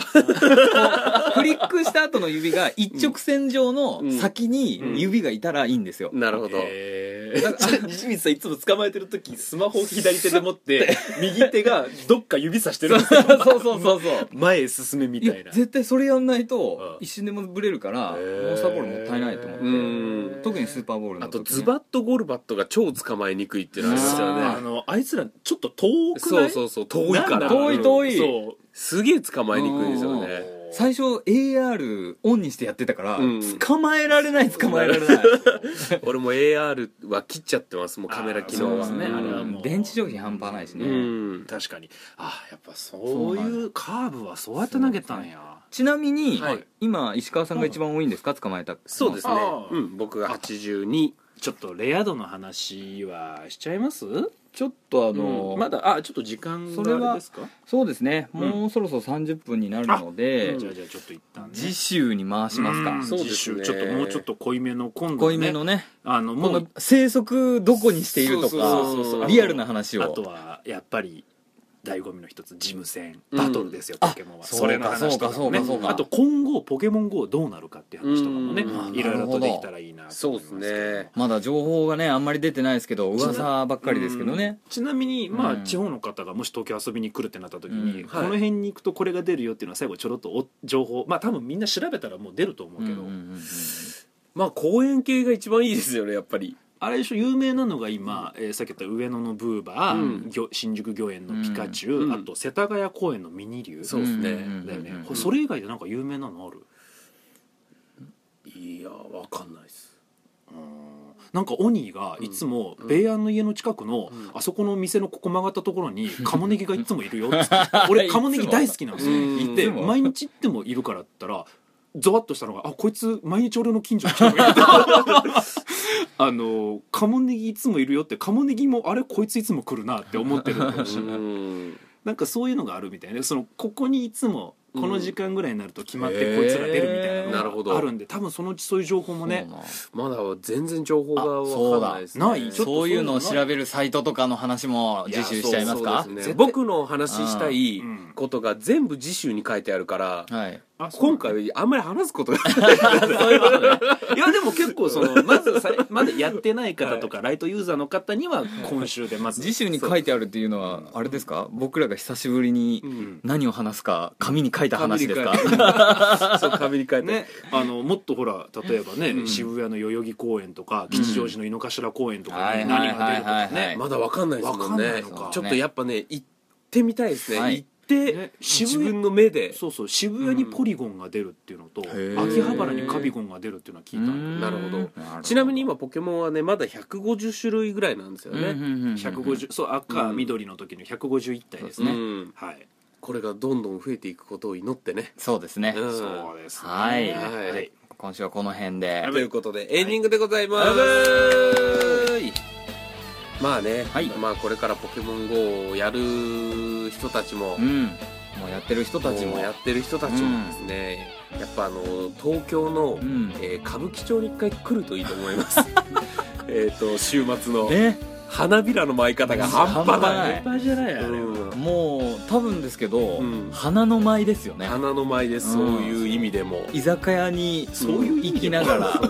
[SPEAKER 3] フリックした後の指が一直線上の先に指がいたらいいんですよ、
[SPEAKER 1] なるほど
[SPEAKER 2] えー、西水さんいつも捕まえてる 時スマホを左手で持って右手がどっか指さしてる
[SPEAKER 3] そうそうそうそう
[SPEAKER 2] 前へ進めみ
[SPEAKER 3] いや絶対それやんないと
[SPEAKER 2] うん
[SPEAKER 3] 一瞬でもブレるからモンスターボールもったいないと思って、
[SPEAKER 1] へー
[SPEAKER 3] 特にスーパーボールの
[SPEAKER 1] あ
[SPEAKER 3] 時
[SPEAKER 1] と
[SPEAKER 3] ね
[SPEAKER 1] ズバッとゴルバットが超捕まえにくいっていうのはありますよ
[SPEAKER 2] あ
[SPEAKER 1] ね
[SPEAKER 2] あのあいつらちょっと遠くない
[SPEAKER 1] そううそうそう遠いから
[SPEAKER 3] 遠い遠い
[SPEAKER 2] そ
[SPEAKER 1] すげえ捕まえにくいですよ
[SPEAKER 2] う
[SPEAKER 1] ね
[SPEAKER 3] 最初 AR オンにしてやってたから、
[SPEAKER 1] うん
[SPEAKER 3] 捕まえられない捕まえられない
[SPEAKER 1] 俺も AR は切っちゃってますもうカメラ機能は
[SPEAKER 2] あそうです
[SPEAKER 1] う
[SPEAKER 2] ね
[SPEAKER 1] ん
[SPEAKER 2] あれはもう
[SPEAKER 3] 電池消費半端ないしね、
[SPEAKER 1] うん
[SPEAKER 2] 確かにあやっぱそういうカーブはそうやって投げたんや
[SPEAKER 3] ちなみに、
[SPEAKER 1] はい
[SPEAKER 3] 今石川さんが一番多いんですか捕まえた
[SPEAKER 1] そうですね
[SPEAKER 2] あー
[SPEAKER 1] うん僕が82
[SPEAKER 2] ちょっとレア度の話はしちゃいます
[SPEAKER 3] ちょっとあ
[SPEAKER 1] うんまだあちょっと時間
[SPEAKER 3] それは
[SPEAKER 1] があれですか
[SPEAKER 3] そうですね、
[SPEAKER 2] うん
[SPEAKER 3] もうそろそろ30分になるので、
[SPEAKER 1] うん
[SPEAKER 2] じゃあじゃあちょっと一旦ね
[SPEAKER 3] 次週に回しますか、
[SPEAKER 2] うん
[SPEAKER 1] そうですね
[SPEAKER 2] 次週ちょっともうちょっと濃いめの今度
[SPEAKER 3] 濃
[SPEAKER 2] ね
[SPEAKER 3] いめのね
[SPEAKER 2] あの
[SPEAKER 3] こ
[SPEAKER 2] も
[SPEAKER 3] の
[SPEAKER 2] う
[SPEAKER 3] 生息どこにしていると
[SPEAKER 1] そうそうそうそう
[SPEAKER 3] かリアルな話
[SPEAKER 2] あ
[SPEAKER 3] を
[SPEAKER 2] とはやっぱり醍醐味の一つジム戦
[SPEAKER 1] うん
[SPEAKER 2] バトルですよ、ポケモンは
[SPEAKER 3] あそうか
[SPEAKER 2] それの話とかもね
[SPEAKER 3] そうかそうかそうか
[SPEAKER 2] あと今後ポケモン GO どうなるかっていう話とかもね
[SPEAKER 1] うん
[SPEAKER 2] いろいろとできたらいいなと思いますけど
[SPEAKER 1] そうですね
[SPEAKER 3] まだ情報がねあんまり出てないですけど
[SPEAKER 2] ちな
[SPEAKER 3] 噂ばっかりですけどね、
[SPEAKER 2] うんちなみにまあ
[SPEAKER 3] うん
[SPEAKER 2] 地方の方がもし東京遊びに来るってなった時に、
[SPEAKER 3] うん
[SPEAKER 2] この辺に行くとこれが出るよっていうのは最後ちょろっとお情報まあ多分みんな調べたらもう出ると思うけど、
[SPEAKER 3] うんうんうんうん
[SPEAKER 1] まあ公園系が一番いいですよねやっぱり
[SPEAKER 2] あれでしょ有名なのが今、えーさっき言った上野のブーバー、
[SPEAKER 1] うん
[SPEAKER 2] ぎょ新宿御苑のピカチュウ、
[SPEAKER 1] うん
[SPEAKER 2] あと世田谷公園のミニ竜
[SPEAKER 1] そうですね
[SPEAKER 2] だよね、
[SPEAKER 3] うん
[SPEAKER 2] これそれ以外でなんか有名なのある
[SPEAKER 1] いやわかんないです
[SPEAKER 2] なんかオニーがいつも米安の家の近くの、
[SPEAKER 1] うん
[SPEAKER 2] あそこの店のここ曲がったところにカモネギがいつもい るよっつって俺カモネギ大好きなんですよ
[SPEAKER 1] うん
[SPEAKER 2] 行っ
[SPEAKER 1] い
[SPEAKER 2] て
[SPEAKER 3] つも
[SPEAKER 2] 毎日行ってもいるからって言ったらゾワッとしたのが「あこいつ毎日俺の近所に来てくれた」 あのカモネギいつもいるよってカモネギもあれこいついつも来るなって思ってるの かもし
[SPEAKER 1] う
[SPEAKER 2] れない
[SPEAKER 1] ん
[SPEAKER 2] なんかそういうのがあるみたいでそのここにいつもこの時間ぐらいになると決まっ
[SPEAKER 3] う
[SPEAKER 2] て
[SPEAKER 3] ん
[SPEAKER 2] こいつら出るみたい
[SPEAKER 1] へーな
[SPEAKER 2] な
[SPEAKER 1] る
[SPEAKER 2] の
[SPEAKER 1] ほ
[SPEAKER 2] が
[SPEAKER 1] ど
[SPEAKER 2] あるんで多分そのうちそういう情報もね
[SPEAKER 1] まだ全然情報がわかんないですね
[SPEAKER 2] あそうだないちょっと
[SPEAKER 3] そういうのを調べるサイトとかの話も
[SPEAKER 1] いや
[SPEAKER 3] 自習しちゃいますか
[SPEAKER 1] そうそうですね僕の話したい
[SPEAKER 2] うん
[SPEAKER 1] ことが全部次週に書いてあるから
[SPEAKER 3] はい
[SPEAKER 2] あそう
[SPEAKER 1] 今回あんまり話すことがない
[SPEAKER 2] いやでも結構そのまずさまだやってない方とかライトユーザーの方には今週でまず
[SPEAKER 3] 次週に書いてあるっていうのはあれですか僕らが久しぶりに
[SPEAKER 1] ん
[SPEAKER 3] 何を話すか紙に書いた話ですか
[SPEAKER 1] 紙 に書い てそう紙に書いて、
[SPEAKER 2] ね、あのもっとほら例えばね、渋谷の代々木公園とか吉祥寺の井の頭公園とかに何が出ると
[SPEAKER 3] はいはい
[SPEAKER 2] か
[SPEAKER 3] はいはい
[SPEAKER 2] ね
[SPEAKER 1] まだわかんないですもん
[SPEAKER 2] わかんな
[SPEAKER 1] ね
[SPEAKER 2] いのか
[SPEAKER 1] ちょっとやっぱね行ってみたいですね、
[SPEAKER 3] はい
[SPEAKER 1] 行って、
[SPEAKER 2] ね
[SPEAKER 1] 自
[SPEAKER 2] 渋谷
[SPEAKER 1] 分の目で
[SPEAKER 2] そうそう渋谷にポリゴンが出るっていうのと、
[SPEAKER 3] ー
[SPEAKER 2] 秋葉原にカビゴンが出るっていうのは聞いたんだ
[SPEAKER 1] なるほど
[SPEAKER 3] ど
[SPEAKER 1] ちなみに今ポケモンはねまだ150種類ぐらいなんですよね、
[SPEAKER 2] けど150そう赤緑の時の151体です
[SPEAKER 1] う
[SPEAKER 2] ね、
[SPEAKER 1] ん
[SPEAKER 2] はい
[SPEAKER 1] これがどんどん増えていくことを祈ってね
[SPEAKER 3] そうですね、
[SPEAKER 1] うん
[SPEAKER 2] そうですね
[SPEAKER 3] はい
[SPEAKER 1] はい
[SPEAKER 2] はい
[SPEAKER 3] 今週はこの辺で
[SPEAKER 1] ということでエンディングでございます、まあね、
[SPEAKER 3] はい
[SPEAKER 1] まあこれからポケモン GO をやる人たちも、
[SPEAKER 3] うんもうやってる人たちも
[SPEAKER 1] もうやってる人たちもですね、やっぱあの東京の、
[SPEAKER 3] うん
[SPEAKER 1] えー歌舞伎町に一回来るといいと思 いますえっと週末の
[SPEAKER 3] ね
[SPEAKER 1] 花びらの舞い方が半端ない
[SPEAKER 3] 半
[SPEAKER 2] ぱいじゃないあれ
[SPEAKER 1] うん
[SPEAKER 3] もう多分ですけど、
[SPEAKER 1] うん
[SPEAKER 3] 花の舞ですよね
[SPEAKER 1] 花の舞です、
[SPEAKER 3] うん
[SPEAKER 1] そういう意味でも
[SPEAKER 3] 居酒屋に
[SPEAKER 1] そういう
[SPEAKER 3] 行きながら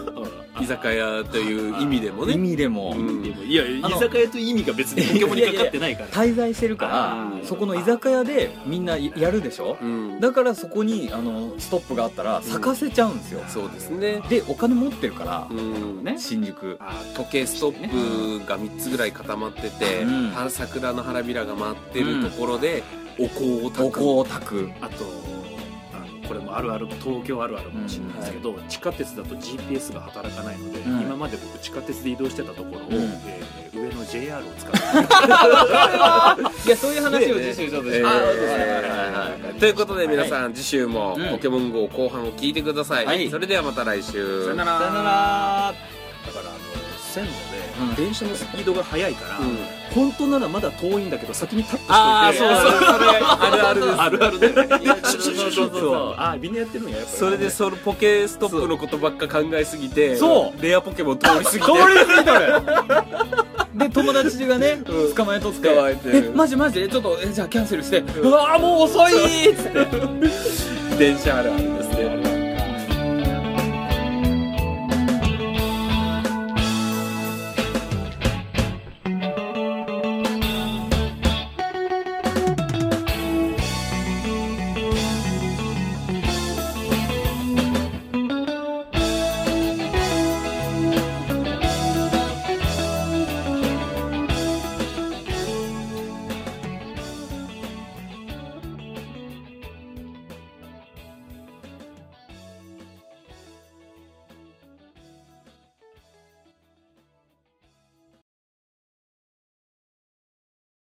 [SPEAKER 1] 居酒屋という意味でも
[SPEAKER 3] 意
[SPEAKER 1] ね
[SPEAKER 3] 味でも、
[SPEAKER 1] うん
[SPEAKER 2] でもいや居
[SPEAKER 3] あの
[SPEAKER 2] 酒屋という意味が別に東京にかかってないから
[SPEAKER 3] 滞在してるか
[SPEAKER 2] あー
[SPEAKER 3] らそこの居酒屋でみんなやるでしょ
[SPEAKER 1] うん
[SPEAKER 3] だからそこにあのストップがあったら咲かせちゃうんですよ、
[SPEAKER 1] そうですね
[SPEAKER 3] でお金持ってるから、
[SPEAKER 1] うん
[SPEAKER 2] ね
[SPEAKER 3] 新宿
[SPEAKER 2] あ
[SPEAKER 1] 時計ストップが3つぐらい固まってて、
[SPEAKER 3] うん
[SPEAKER 1] は桜の花びらが舞ってるところで、お香を
[SPEAKER 3] お
[SPEAKER 1] 炊
[SPEAKER 3] 香
[SPEAKER 1] く
[SPEAKER 3] を炊く
[SPEAKER 2] あとあのこれもあるある東京あるあるかもしれないですけど、地下鉄だと GPS が働かないので、
[SPEAKER 3] ん
[SPEAKER 2] 今まで僕地下鉄で移動してたところを、
[SPEAKER 3] うん
[SPEAKER 2] えー上の JR を使って
[SPEAKER 3] いやそういう話を
[SPEAKER 1] ね
[SPEAKER 3] 次週ちょっと
[SPEAKER 1] えー
[SPEAKER 3] あーそうですねはいはいはい
[SPEAKER 1] ということで皆さん次週も
[SPEAKER 3] うん
[SPEAKER 1] 「ポケモン GO」後半を聞いてください、
[SPEAKER 3] はい
[SPEAKER 1] それではまた来週
[SPEAKER 2] さよなら
[SPEAKER 3] さよなら
[SPEAKER 2] だからあの線路
[SPEAKER 3] うん
[SPEAKER 2] で電車のスピードが速いから、
[SPEAKER 1] うん
[SPEAKER 2] 本当ならまだ遠いんだけど先にタップしておいて
[SPEAKER 1] ああそうそうそれあるあるです
[SPEAKER 2] あるあるだよね
[SPEAKER 3] いやそうそうそうそう
[SPEAKER 2] そうあーみんなやってるんややっぱり
[SPEAKER 1] それでそのポケストップのことばっか考えすぎて
[SPEAKER 3] そう
[SPEAKER 1] レアポケモン通り過ぎて
[SPEAKER 3] で友達がね捕まえとって
[SPEAKER 1] 捕まえて
[SPEAKER 3] えマジマジちょっとえじゃあキャンセルしてうわーもう遅いっつって
[SPEAKER 1] 電車あるあるです